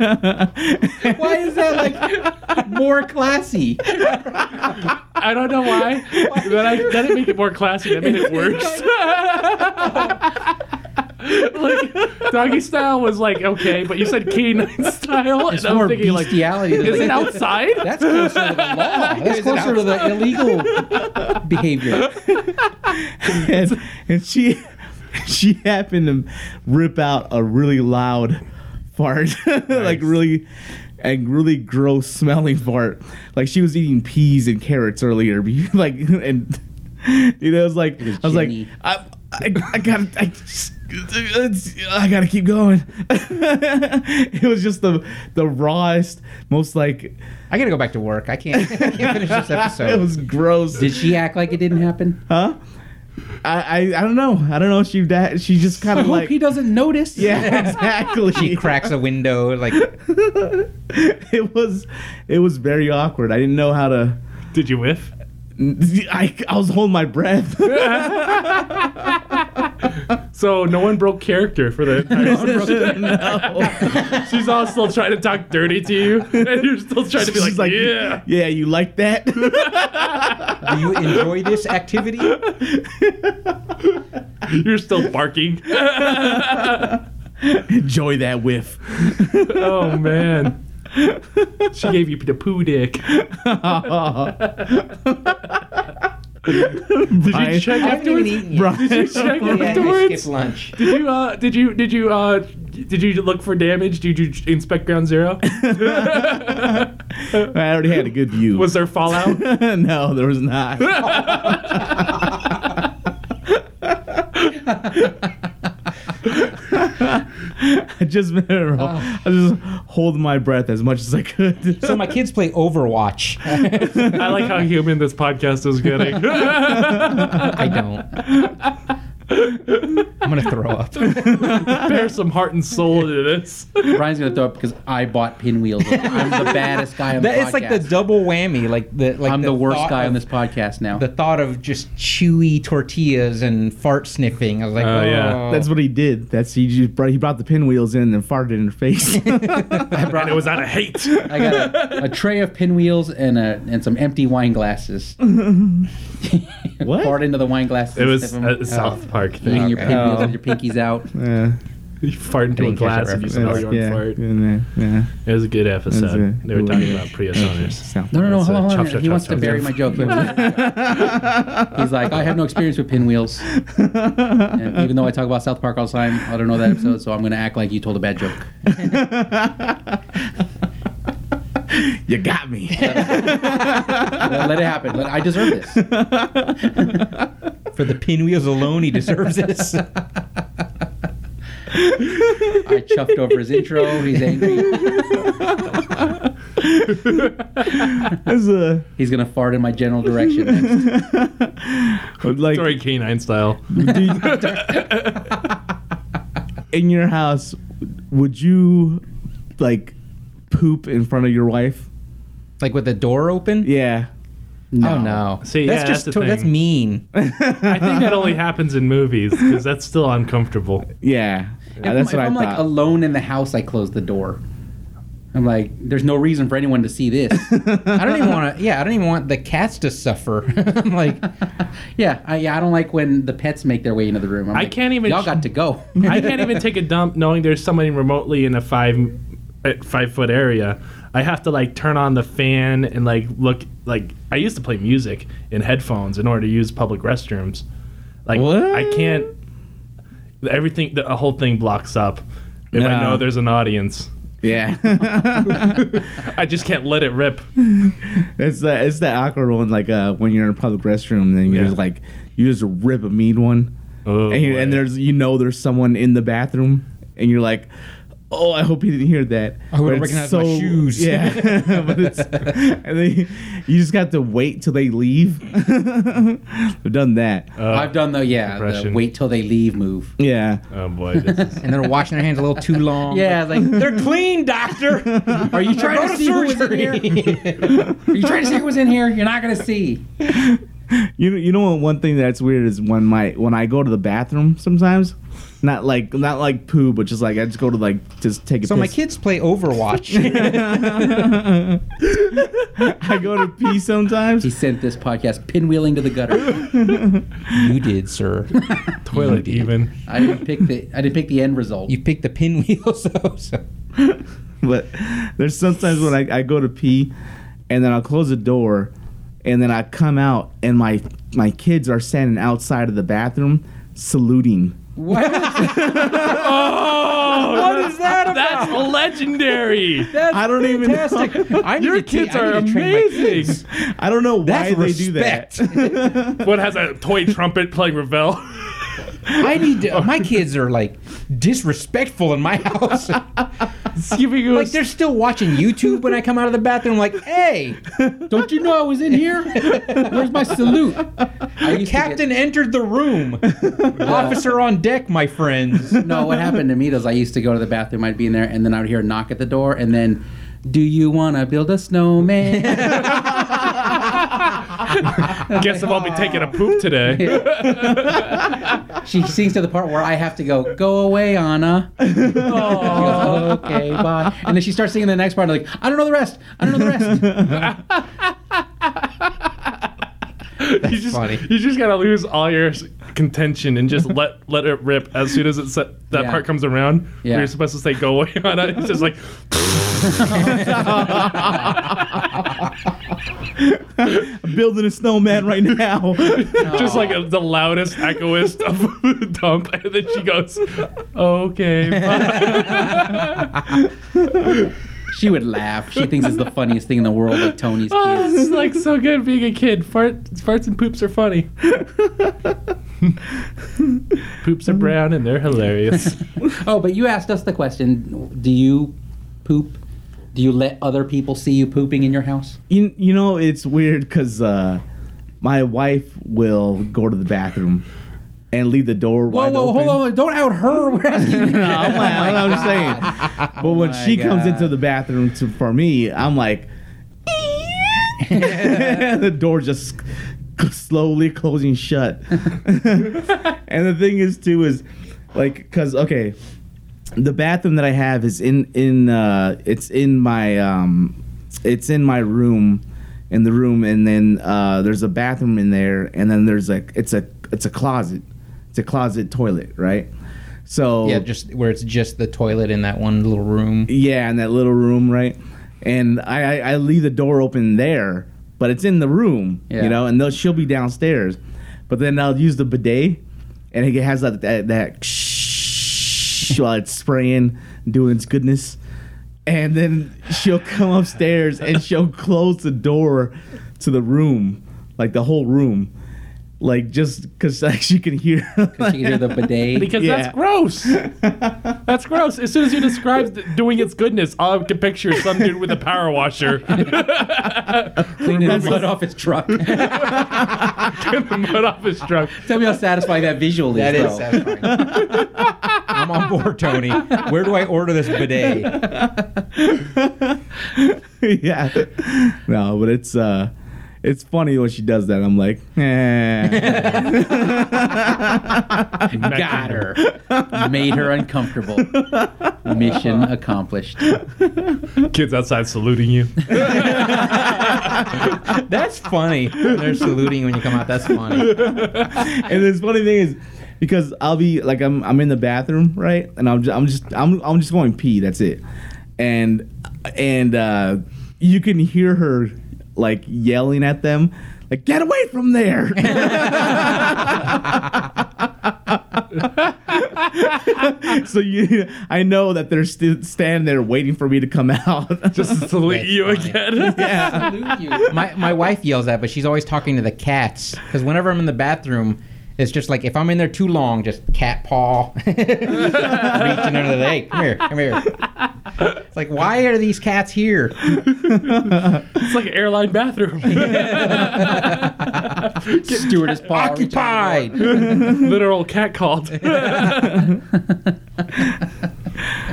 [SPEAKER 2] Why is that like more classy?
[SPEAKER 3] I don't know why, but I that didn't make it more classy. That made it worse. like doggy style was like okay, but you said canine style,
[SPEAKER 2] It's
[SPEAKER 3] and I'm
[SPEAKER 2] more
[SPEAKER 3] thinking like, is
[SPEAKER 2] bestiality. than
[SPEAKER 3] it
[SPEAKER 2] like-
[SPEAKER 3] outside?
[SPEAKER 2] That's closer to the law. That's
[SPEAKER 4] Is it
[SPEAKER 2] closer to the illegal behavior.
[SPEAKER 1] and, and she she happened to rip out a really loud fart like really and really gross smelling fart like she was eating peas and carrots earlier like and you know it was like i was
[SPEAKER 2] Jenny.
[SPEAKER 1] like I, I, I gotta I, just- it's- I gotta keep going it was just the the rawest most like
[SPEAKER 4] I gotta go back to work. I can't. I can't finish this
[SPEAKER 1] it
[SPEAKER 4] episode.
[SPEAKER 1] was gross
[SPEAKER 2] Did she act like it didn't happen?
[SPEAKER 1] huh I, I, I don't know I don't know she that she just kind
[SPEAKER 2] I
[SPEAKER 1] of
[SPEAKER 2] hope
[SPEAKER 1] like
[SPEAKER 2] he doesn't notice.
[SPEAKER 1] Yeah, exactly.
[SPEAKER 4] She cracks a window. Like
[SPEAKER 1] it was it was very awkward. I didn't know how to.
[SPEAKER 3] Did you whiff?
[SPEAKER 1] I, I was holding my breath.
[SPEAKER 3] So no one broke character for the. entire-
[SPEAKER 1] no.
[SPEAKER 3] She's all still trying to talk dirty to you, and you're still trying to be like,
[SPEAKER 1] She's
[SPEAKER 3] yeah.
[SPEAKER 1] yeah, you like that?
[SPEAKER 4] Do you enjoy this activity?
[SPEAKER 3] You're still barking.
[SPEAKER 1] Enjoy that whiff.
[SPEAKER 3] oh man. She gave you the poo dick. Did you
[SPEAKER 1] Brian-
[SPEAKER 3] check
[SPEAKER 4] I haven't even
[SPEAKER 3] afterwards?
[SPEAKER 4] eaten
[SPEAKER 1] Bro.
[SPEAKER 4] yet.
[SPEAKER 3] Did you check
[SPEAKER 4] Yeah, I
[SPEAKER 3] afterwards?
[SPEAKER 4] skipped lunch.
[SPEAKER 3] Did you uh did you did you uh did you look for damage? Did you inspect ground zero?
[SPEAKER 1] I already had a good view.
[SPEAKER 3] Was there fallout?
[SPEAKER 1] no, there was not. I just
[SPEAKER 3] Ah.
[SPEAKER 1] I just hold my breath as much as I could.
[SPEAKER 4] So my kids play Overwatch.
[SPEAKER 3] I like how human this podcast is getting.
[SPEAKER 4] I don't. I'm gonna throw up.
[SPEAKER 3] There's some heart and soul to this.
[SPEAKER 2] Brian's gonna throw up because I bought pinwheels. I'm the baddest guy on
[SPEAKER 4] That,
[SPEAKER 2] the
[SPEAKER 4] it's like the
[SPEAKER 2] podcast.
[SPEAKER 4] double whammy. Like the like
[SPEAKER 2] I'm the, worst
[SPEAKER 4] thought
[SPEAKER 2] guy on
[SPEAKER 4] of-
[SPEAKER 2] this podcast now.
[SPEAKER 4] The thought of just chewy tortillas and fart sniffing. I was like,
[SPEAKER 3] Oh,
[SPEAKER 4] oh,
[SPEAKER 3] yeah.
[SPEAKER 1] That's what he did. That's he just brought, he brought the pinwheels in and farted in her face.
[SPEAKER 3] and it was out of hate.
[SPEAKER 2] I got a, a tray of pinwheels and a and some empty wine glasses.
[SPEAKER 1] What?
[SPEAKER 2] Poured into the wine glasses.
[SPEAKER 3] It
[SPEAKER 2] and
[SPEAKER 3] was
[SPEAKER 2] sip 'em.
[SPEAKER 3] a South
[SPEAKER 4] uh,
[SPEAKER 3] Park
[SPEAKER 2] Eating
[SPEAKER 3] thing.
[SPEAKER 2] "Oh, your pinwheels with your pinkies out.
[SPEAKER 1] yeah,
[SPEAKER 3] You fart into a
[SPEAKER 4] didn't catch that
[SPEAKER 3] glass and you
[SPEAKER 4] reference.
[SPEAKER 3] smell your own
[SPEAKER 1] yeah,
[SPEAKER 3] fart.
[SPEAKER 1] yeah, yeah.
[SPEAKER 3] It was a good episode.
[SPEAKER 1] That's it.
[SPEAKER 3] They were
[SPEAKER 1] Ooh.
[SPEAKER 3] talking about Prius owners.
[SPEAKER 1] So-
[SPEAKER 2] No, no, no.
[SPEAKER 3] That's
[SPEAKER 2] Hold on,
[SPEAKER 3] a
[SPEAKER 2] hold
[SPEAKER 3] chop,
[SPEAKER 2] on.
[SPEAKER 3] chop,
[SPEAKER 2] he
[SPEAKER 3] chop,
[SPEAKER 2] wants to
[SPEAKER 3] chop,
[SPEAKER 2] bury
[SPEAKER 3] chop.
[SPEAKER 2] my joke. He's like, I have no experience with pinwheels. And even though I talk about South Park all the time, I don't know that episode, so I'm going to act like you told a bad joke.
[SPEAKER 1] you got me.
[SPEAKER 2] Let, let it happen. Let- I deserve this.
[SPEAKER 4] For the pinwheels alone, he deserves this.
[SPEAKER 2] I chuffed over his intro. He's angry.
[SPEAKER 1] That's a
[SPEAKER 2] He's going to fart in my general direction. next.
[SPEAKER 1] like
[SPEAKER 3] Sorry, canine style.
[SPEAKER 1] do you- in your house, would you like poop in front of your wife?
[SPEAKER 4] like with the door open.
[SPEAKER 1] Yeah.
[SPEAKER 4] No. Oh no.
[SPEAKER 3] See,
[SPEAKER 4] that's
[SPEAKER 3] yeah,
[SPEAKER 4] just
[SPEAKER 3] that's the
[SPEAKER 4] to- that's
[SPEAKER 3] thing.
[SPEAKER 4] mean.
[SPEAKER 3] I think that only happens in movies because that's still uncomfortable.
[SPEAKER 1] Yeah. Yeah, that's
[SPEAKER 2] if
[SPEAKER 1] what I
[SPEAKER 2] I'm like
[SPEAKER 1] thought.
[SPEAKER 2] alone in the house, I close the door. I'm like, there's no reason for anyone to see this.
[SPEAKER 4] I don't even want to. Yeah, I don't even want the cats to suffer. I'm like,
[SPEAKER 2] yeah, I, yeah, I don't like when the pets make their way into the room. I'm
[SPEAKER 3] I
[SPEAKER 2] like,
[SPEAKER 3] can't e- Uh, even
[SPEAKER 2] Y'all
[SPEAKER 3] sh-
[SPEAKER 2] got to go.
[SPEAKER 3] I can't even take a dump knowing there's somebody remotely in a five at five foot area. I have to like turn on the fan and like look like I used to play music in headphones in order to use public restrooms. Like
[SPEAKER 1] What?
[SPEAKER 3] I can't. Everything the whole thing blocks up. If I
[SPEAKER 1] Yeah.
[SPEAKER 3] know there's an audience,
[SPEAKER 1] yeah.
[SPEAKER 3] I just can't let it rip.
[SPEAKER 1] It's that it's that awkward one like uh when you're in a public restroom then you're
[SPEAKER 3] Yeah.
[SPEAKER 1] just like you just rip a mean one.
[SPEAKER 3] Oh,
[SPEAKER 1] and, you,
[SPEAKER 3] boy.
[SPEAKER 1] and there's you know there's someone in the bathroom and you're like Oh, I hope he didn't hear that.
[SPEAKER 4] I would've
[SPEAKER 1] But it's
[SPEAKER 4] recognized my shoes.
[SPEAKER 1] Yeah, but it's and then you just got to wait till they leave. We've done that.
[SPEAKER 3] Oh,
[SPEAKER 2] I've done the yeah, the
[SPEAKER 3] Depression.
[SPEAKER 2] wait till they leave move.
[SPEAKER 1] yeah,
[SPEAKER 3] Oh boy, this is,
[SPEAKER 4] and they're washing their hands a little too long.
[SPEAKER 2] Yeah, like
[SPEAKER 4] they're clean, doctor.
[SPEAKER 2] are you trying
[SPEAKER 4] Go
[SPEAKER 2] to
[SPEAKER 4] to
[SPEAKER 2] see who was in here?
[SPEAKER 4] surgery.
[SPEAKER 2] Are you trying to see who was in here? You're not gonna see.
[SPEAKER 1] you you know what one thing that's weird is when my when I go to the bathroom sometimes, not like not like poo, but just like I just go to like just take a.
[SPEAKER 4] so my
[SPEAKER 1] piss.
[SPEAKER 4] kids play Overwatch.
[SPEAKER 1] I go to pee sometimes.
[SPEAKER 2] He sent this podcast pinwheeling to the gutter.
[SPEAKER 4] you did, sir.
[SPEAKER 3] toilet even.
[SPEAKER 2] I didn't pick the I didn't pick the end result.
[SPEAKER 4] You picked the pinwheel, so, so.
[SPEAKER 1] but there's sometimes when I, I go to pee and then I'll close the door and then I come out and my my kids are standing outside of the bathroom saluting.
[SPEAKER 3] Oh,
[SPEAKER 4] What is that about?
[SPEAKER 3] That's legendary.
[SPEAKER 4] That's
[SPEAKER 1] I don't even know.
[SPEAKER 4] even. I need
[SPEAKER 3] Your
[SPEAKER 4] to te-
[SPEAKER 3] kids
[SPEAKER 4] I need
[SPEAKER 3] are
[SPEAKER 4] to train my
[SPEAKER 3] amazing.
[SPEAKER 4] kids.
[SPEAKER 1] I don't know why
[SPEAKER 4] That's
[SPEAKER 1] they do that.
[SPEAKER 3] One has a toy trumpet playing Ravel.
[SPEAKER 4] I need to. My kids are like disrespectful in my house.
[SPEAKER 3] giving you a
[SPEAKER 4] like they're still watching YouTube when I come out of the bathroom. Like, hey,
[SPEAKER 2] Don't you know I was in here? Where's my salute? I used to get-
[SPEAKER 4] captain entered the room. Officer on deck, my friends.
[SPEAKER 2] no, what happened to me was I used to go to the bathroom, I'd be in there, and then I would hear a knock at the door, and then, do you want to build a snowman?
[SPEAKER 3] Guess I've all been taking a poop today.
[SPEAKER 2] she sings to the part where I have to go, go away, Anna. She goes, okay, bye. And then she starts singing the next part, like, I don't know the rest. I don't know the rest.
[SPEAKER 3] you just,
[SPEAKER 4] funny.
[SPEAKER 3] You just gotta lose all your s- contention and just let let it rip as soon as it se- that
[SPEAKER 2] Yeah.
[SPEAKER 3] part comes around.
[SPEAKER 2] Yeah.
[SPEAKER 3] You're supposed to say go away on it. It's just like
[SPEAKER 1] I'm building a snowman right now.
[SPEAKER 3] just like a, the loudest echoist of the dump, and then she goes, "Okay." bye."
[SPEAKER 2] She would laugh. She thinks it's the funniest thing in the world that Tony's
[SPEAKER 3] Oh,
[SPEAKER 2] kids.
[SPEAKER 3] this is like so good being a kid. Fart, farts and poops are funny. poops are brown and they're hilarious.
[SPEAKER 2] Oh, but you asked us the question do you poop? Do you let other people see you pooping in your house?
[SPEAKER 1] You, you know, it's weird because uh, my wife will go to the bathroom and leave the door
[SPEAKER 2] Whoa,
[SPEAKER 1] wide
[SPEAKER 2] whoa,
[SPEAKER 1] open.
[SPEAKER 2] hold on. Don't out her. We're asking
[SPEAKER 1] No, I'm, like, I'm just saying. But when
[SPEAKER 2] my
[SPEAKER 1] she comes
[SPEAKER 2] Oh God.
[SPEAKER 1] into the bathroom to, for me, I'm like, the door just slowly closing shut. and the thing is, too, is like, because, okay, the bathroom that I have is in, in, uh, it's in my, um, it's in my room, in the room, and then, uh, there's a bathroom in there, and then there's like, it's a, it's a closet. It's a closet toilet, right? So,
[SPEAKER 4] Yeah, just where it's just the toilet in that one little room.
[SPEAKER 1] yeah, in that little room, right? And I, I, I leave the door open there, but it's in the room,
[SPEAKER 2] Yeah.
[SPEAKER 1] you know, and they'll, she'll be downstairs. But then I'll use the bidet, and it has that that, that while it's spraying, doing its goodness. And then she'll come upstairs and she'll close the door to the room, like the whole room, like just because like, she can hear.
[SPEAKER 2] She can hear the bidet.
[SPEAKER 3] Because
[SPEAKER 1] Yeah.
[SPEAKER 3] that's gross. That's gross. As soon as you described th- doing its goodness, all I could picture is some dude with a power washer.
[SPEAKER 2] cleaning the mud off his truck. Tell
[SPEAKER 3] in the mud off his truck.
[SPEAKER 2] me how satisfying that visual is.
[SPEAKER 4] That is
[SPEAKER 2] though.
[SPEAKER 4] satisfying. I'm on board, Tony. Where do I order this bidet?
[SPEAKER 1] yeah. No, but it's uh it's funny when she does that. I'm like, eh.
[SPEAKER 2] Got her. Made her uncomfortable. Mission accomplished.
[SPEAKER 3] Kids outside saluting you.
[SPEAKER 4] That's funny. They're saluting when you come out. That's funny.
[SPEAKER 1] and this funny thing is because I'll be like I'm I'm in the bathroom, right? And I'm just I'm just I'm I'm just going pee, that's it. And and uh you can hear her like yelling at them, like, get away from there. so you I know that they're still standing there waiting for me to come out.
[SPEAKER 3] Just to salute
[SPEAKER 4] That's
[SPEAKER 3] you
[SPEAKER 4] funny.
[SPEAKER 3] again.
[SPEAKER 1] yeah.
[SPEAKER 4] My my wife yells that, but she's always talking to the cats. Because whenever I'm in the bathroom, it's just like if I'm in there too long, just cat paw reaching under the hey, come here, come here. It's like why are these cats here?
[SPEAKER 3] It's like an airline bathroom.
[SPEAKER 2] Stewardess Paul.
[SPEAKER 4] Occupied.
[SPEAKER 3] Literal cat called.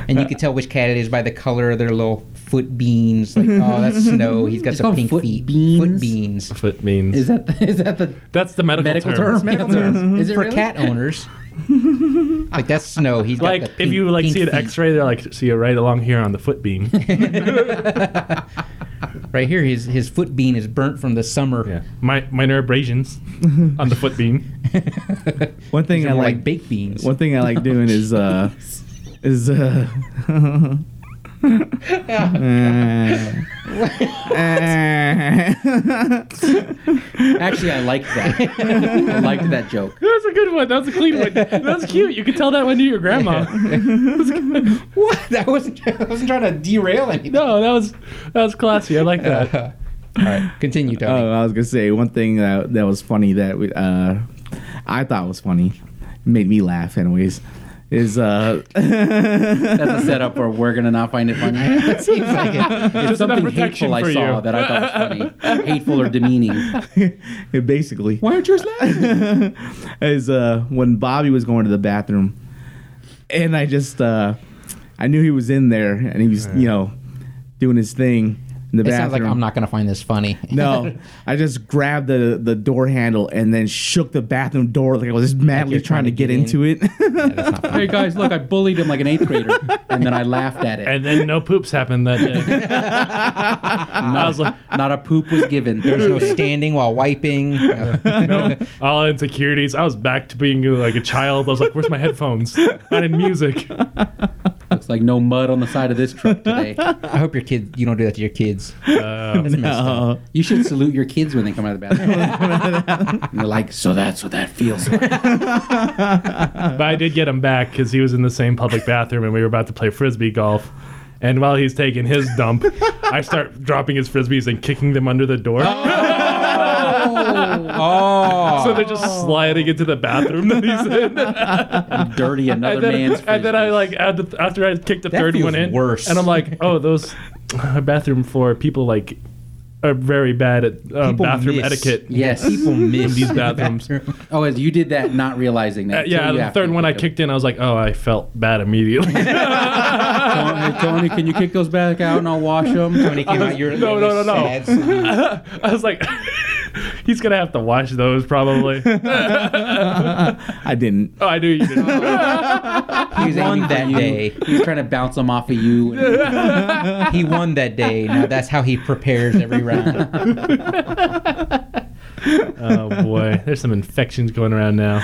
[SPEAKER 4] And you can tell which cat it is by the color of their little foot beans. Like oh, that's snow. He's got
[SPEAKER 2] It's
[SPEAKER 4] some
[SPEAKER 2] called
[SPEAKER 4] pink
[SPEAKER 2] foot
[SPEAKER 4] feet.
[SPEAKER 2] beans?
[SPEAKER 4] Foot beans.
[SPEAKER 3] Foot means.
[SPEAKER 2] Is that the, is that the
[SPEAKER 3] That's the medical,
[SPEAKER 2] medical
[SPEAKER 3] term.
[SPEAKER 2] term? Medical term. Is it
[SPEAKER 4] for
[SPEAKER 2] really?
[SPEAKER 4] cat owners. like that's snow. He's got
[SPEAKER 3] Like
[SPEAKER 4] the
[SPEAKER 3] if
[SPEAKER 4] pink-
[SPEAKER 3] you like
[SPEAKER 4] pink
[SPEAKER 3] see an
[SPEAKER 4] feet.
[SPEAKER 3] X-ray, they're like, see it right along here on the foot beam.
[SPEAKER 4] right here, his his foot bean is burnt from the summer.
[SPEAKER 3] yeah, Mi- minor abrasions on the foot beam.
[SPEAKER 1] One thing I
[SPEAKER 4] More
[SPEAKER 1] like,
[SPEAKER 4] like baked beans.
[SPEAKER 1] one thing I like doing is uh is uh
[SPEAKER 2] Actually, I liked that. I liked that joke.
[SPEAKER 3] That's a good one. That's a clean one. That's cute. You can tell that one to your grandma.
[SPEAKER 4] What? That wasn't. I wasn't trying to derail anything.
[SPEAKER 3] No, that was that was classy. I like that.
[SPEAKER 4] All right, continue, Tony.
[SPEAKER 1] Oh, I was gonna say one thing that that was funny that we, uh, I thought was funny, made me laugh. Anyways, is uh,
[SPEAKER 2] That's a setup where we're gonna not find it funny. It seems like it. It's
[SPEAKER 3] Just enough
[SPEAKER 2] something
[SPEAKER 3] protection
[SPEAKER 2] hateful I
[SPEAKER 3] for
[SPEAKER 2] saw
[SPEAKER 3] you.
[SPEAKER 2] that I thought was funny, hateful or demeaning.
[SPEAKER 1] it basically
[SPEAKER 2] Why aren't yours laughing?
[SPEAKER 1] is uh when Bobby was going to the bathroom, and I just uh, I knew he was in there, and he was you know doing his thing in the
[SPEAKER 4] it
[SPEAKER 1] bathroom.
[SPEAKER 4] sounds like I'm not gonna find this funny.
[SPEAKER 1] No, I just grabbed the, the door handle and then shook the bathroom door like I was just madly
[SPEAKER 4] you're
[SPEAKER 1] trying, to get,
[SPEAKER 4] in.
[SPEAKER 1] into it.
[SPEAKER 2] Hey guys, look, I bullied him like an eighth grader, and then I laughed at it.
[SPEAKER 3] And then no poops happened that day. I was like,
[SPEAKER 2] Not a poop was given.
[SPEAKER 4] There's no standing while wiping.
[SPEAKER 3] no, all insecurities. I was back to being like a child. I was like, where's my headphones? I need music.
[SPEAKER 2] Looks like no mud on the side of this truck today.
[SPEAKER 4] I hope your kid. You don't do that to your kids.
[SPEAKER 3] Uh,
[SPEAKER 4] That's messed up.
[SPEAKER 1] Uh,
[SPEAKER 2] You should salute your kids when they come out of the bathroom. And you're like, so that's what that feels like.
[SPEAKER 3] but I did get him back because he was in the same public bathroom and we were about to play frisbee golf. And while he's taking his dump, I start dropping his frisbees and kicking them under the door.
[SPEAKER 4] Oh,
[SPEAKER 3] so they're just sliding into the bathroom that he's in.
[SPEAKER 5] dirty another
[SPEAKER 3] and then,
[SPEAKER 5] man's.
[SPEAKER 3] and then I like add the- after I kicked the third
[SPEAKER 4] feels
[SPEAKER 3] one in,
[SPEAKER 4] worse.
[SPEAKER 3] and I'm like, oh, those bathroom floor people like are very bad at um,
[SPEAKER 4] People
[SPEAKER 3] bathroom
[SPEAKER 4] miss.
[SPEAKER 3] etiquette.
[SPEAKER 2] Yes.
[SPEAKER 4] people miss
[SPEAKER 3] These bathrooms.
[SPEAKER 2] Oh, as you did that, not realizing
[SPEAKER 3] Uh,
[SPEAKER 2] that.
[SPEAKER 3] yeah,
[SPEAKER 2] So you
[SPEAKER 3] the
[SPEAKER 2] have
[SPEAKER 3] third
[SPEAKER 2] to
[SPEAKER 3] one I
[SPEAKER 2] kick them.
[SPEAKER 3] kicked in, I was like, oh, I felt bad immediately.
[SPEAKER 2] Tony, hey, Tony, can you kick those back out and I'll wash them?
[SPEAKER 4] Tony came out. You're
[SPEAKER 3] No, no, no, no.
[SPEAKER 4] sad son.
[SPEAKER 3] I was like, he's gonna have to wash those probably. oh,
[SPEAKER 1] I didn't.
[SPEAKER 3] I knew you did.
[SPEAKER 4] Oh.
[SPEAKER 2] He was
[SPEAKER 4] won
[SPEAKER 2] aiming for
[SPEAKER 4] that
[SPEAKER 2] you.
[SPEAKER 4] day.
[SPEAKER 2] He was trying to bounce them off of you. And
[SPEAKER 4] He won that day. Now that's how he prepares every round.
[SPEAKER 3] oh boy, there's some infections going around now.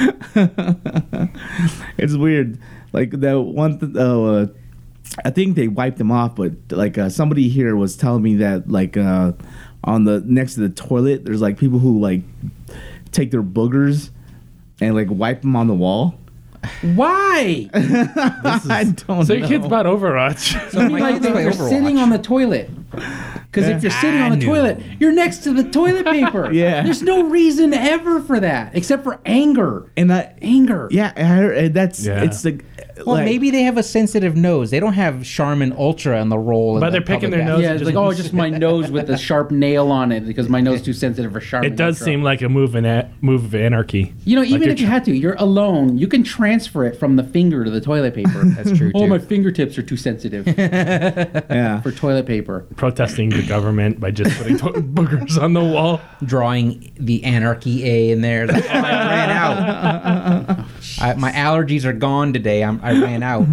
[SPEAKER 1] It's weird. Like that one. Th- oh, uh, I think they wiped them off, but like uh, somebody here was telling me that like uh, on the next to the toilet, there's like people who like take their boogers and like wipe them on the wall.
[SPEAKER 2] why?
[SPEAKER 1] I don't know.
[SPEAKER 3] So your kid's bought Overwatch.
[SPEAKER 4] So
[SPEAKER 2] I mean, like
[SPEAKER 4] kids
[SPEAKER 2] they
[SPEAKER 4] play
[SPEAKER 2] were
[SPEAKER 4] Overwatch.
[SPEAKER 2] sitting on the toilet. Because if you're sitting on
[SPEAKER 4] I
[SPEAKER 2] the
[SPEAKER 4] knew.
[SPEAKER 2] toilet, you're next to the toilet paper.
[SPEAKER 1] Yeah.
[SPEAKER 2] There's no reason ever for that, except for anger.
[SPEAKER 1] and I,
[SPEAKER 2] Anger.
[SPEAKER 1] yeah, I heard, and that's
[SPEAKER 3] Yeah.
[SPEAKER 1] it's like,
[SPEAKER 4] Well,
[SPEAKER 1] like-
[SPEAKER 4] maybe they have a sensitive nose. They don't have Charmin Ultra on the roll. in
[SPEAKER 3] But
[SPEAKER 4] the
[SPEAKER 3] they're picking
[SPEAKER 4] public
[SPEAKER 3] their
[SPEAKER 4] bath-
[SPEAKER 3] nose.
[SPEAKER 2] Yeah, it's like, oh, just my nose with a sharp nail on it because my nose is too sensitive for sharp.
[SPEAKER 3] It does seem like a move in a- move of anarchy.
[SPEAKER 2] You know, even
[SPEAKER 3] you're
[SPEAKER 2] if you had to, you're alone. You can transfer it from the finger to the toilet paper.
[SPEAKER 4] That's true.
[SPEAKER 2] Oh,
[SPEAKER 4] too.
[SPEAKER 2] my fingertips are too sensitive
[SPEAKER 1] yeah.
[SPEAKER 2] for toilet paper.
[SPEAKER 3] protesting the government by just putting to- boogers on the wall.
[SPEAKER 4] drawing the anarchy A in there. Like, oh, I ran out. I, my allergies are gone today. I'm, I ran out.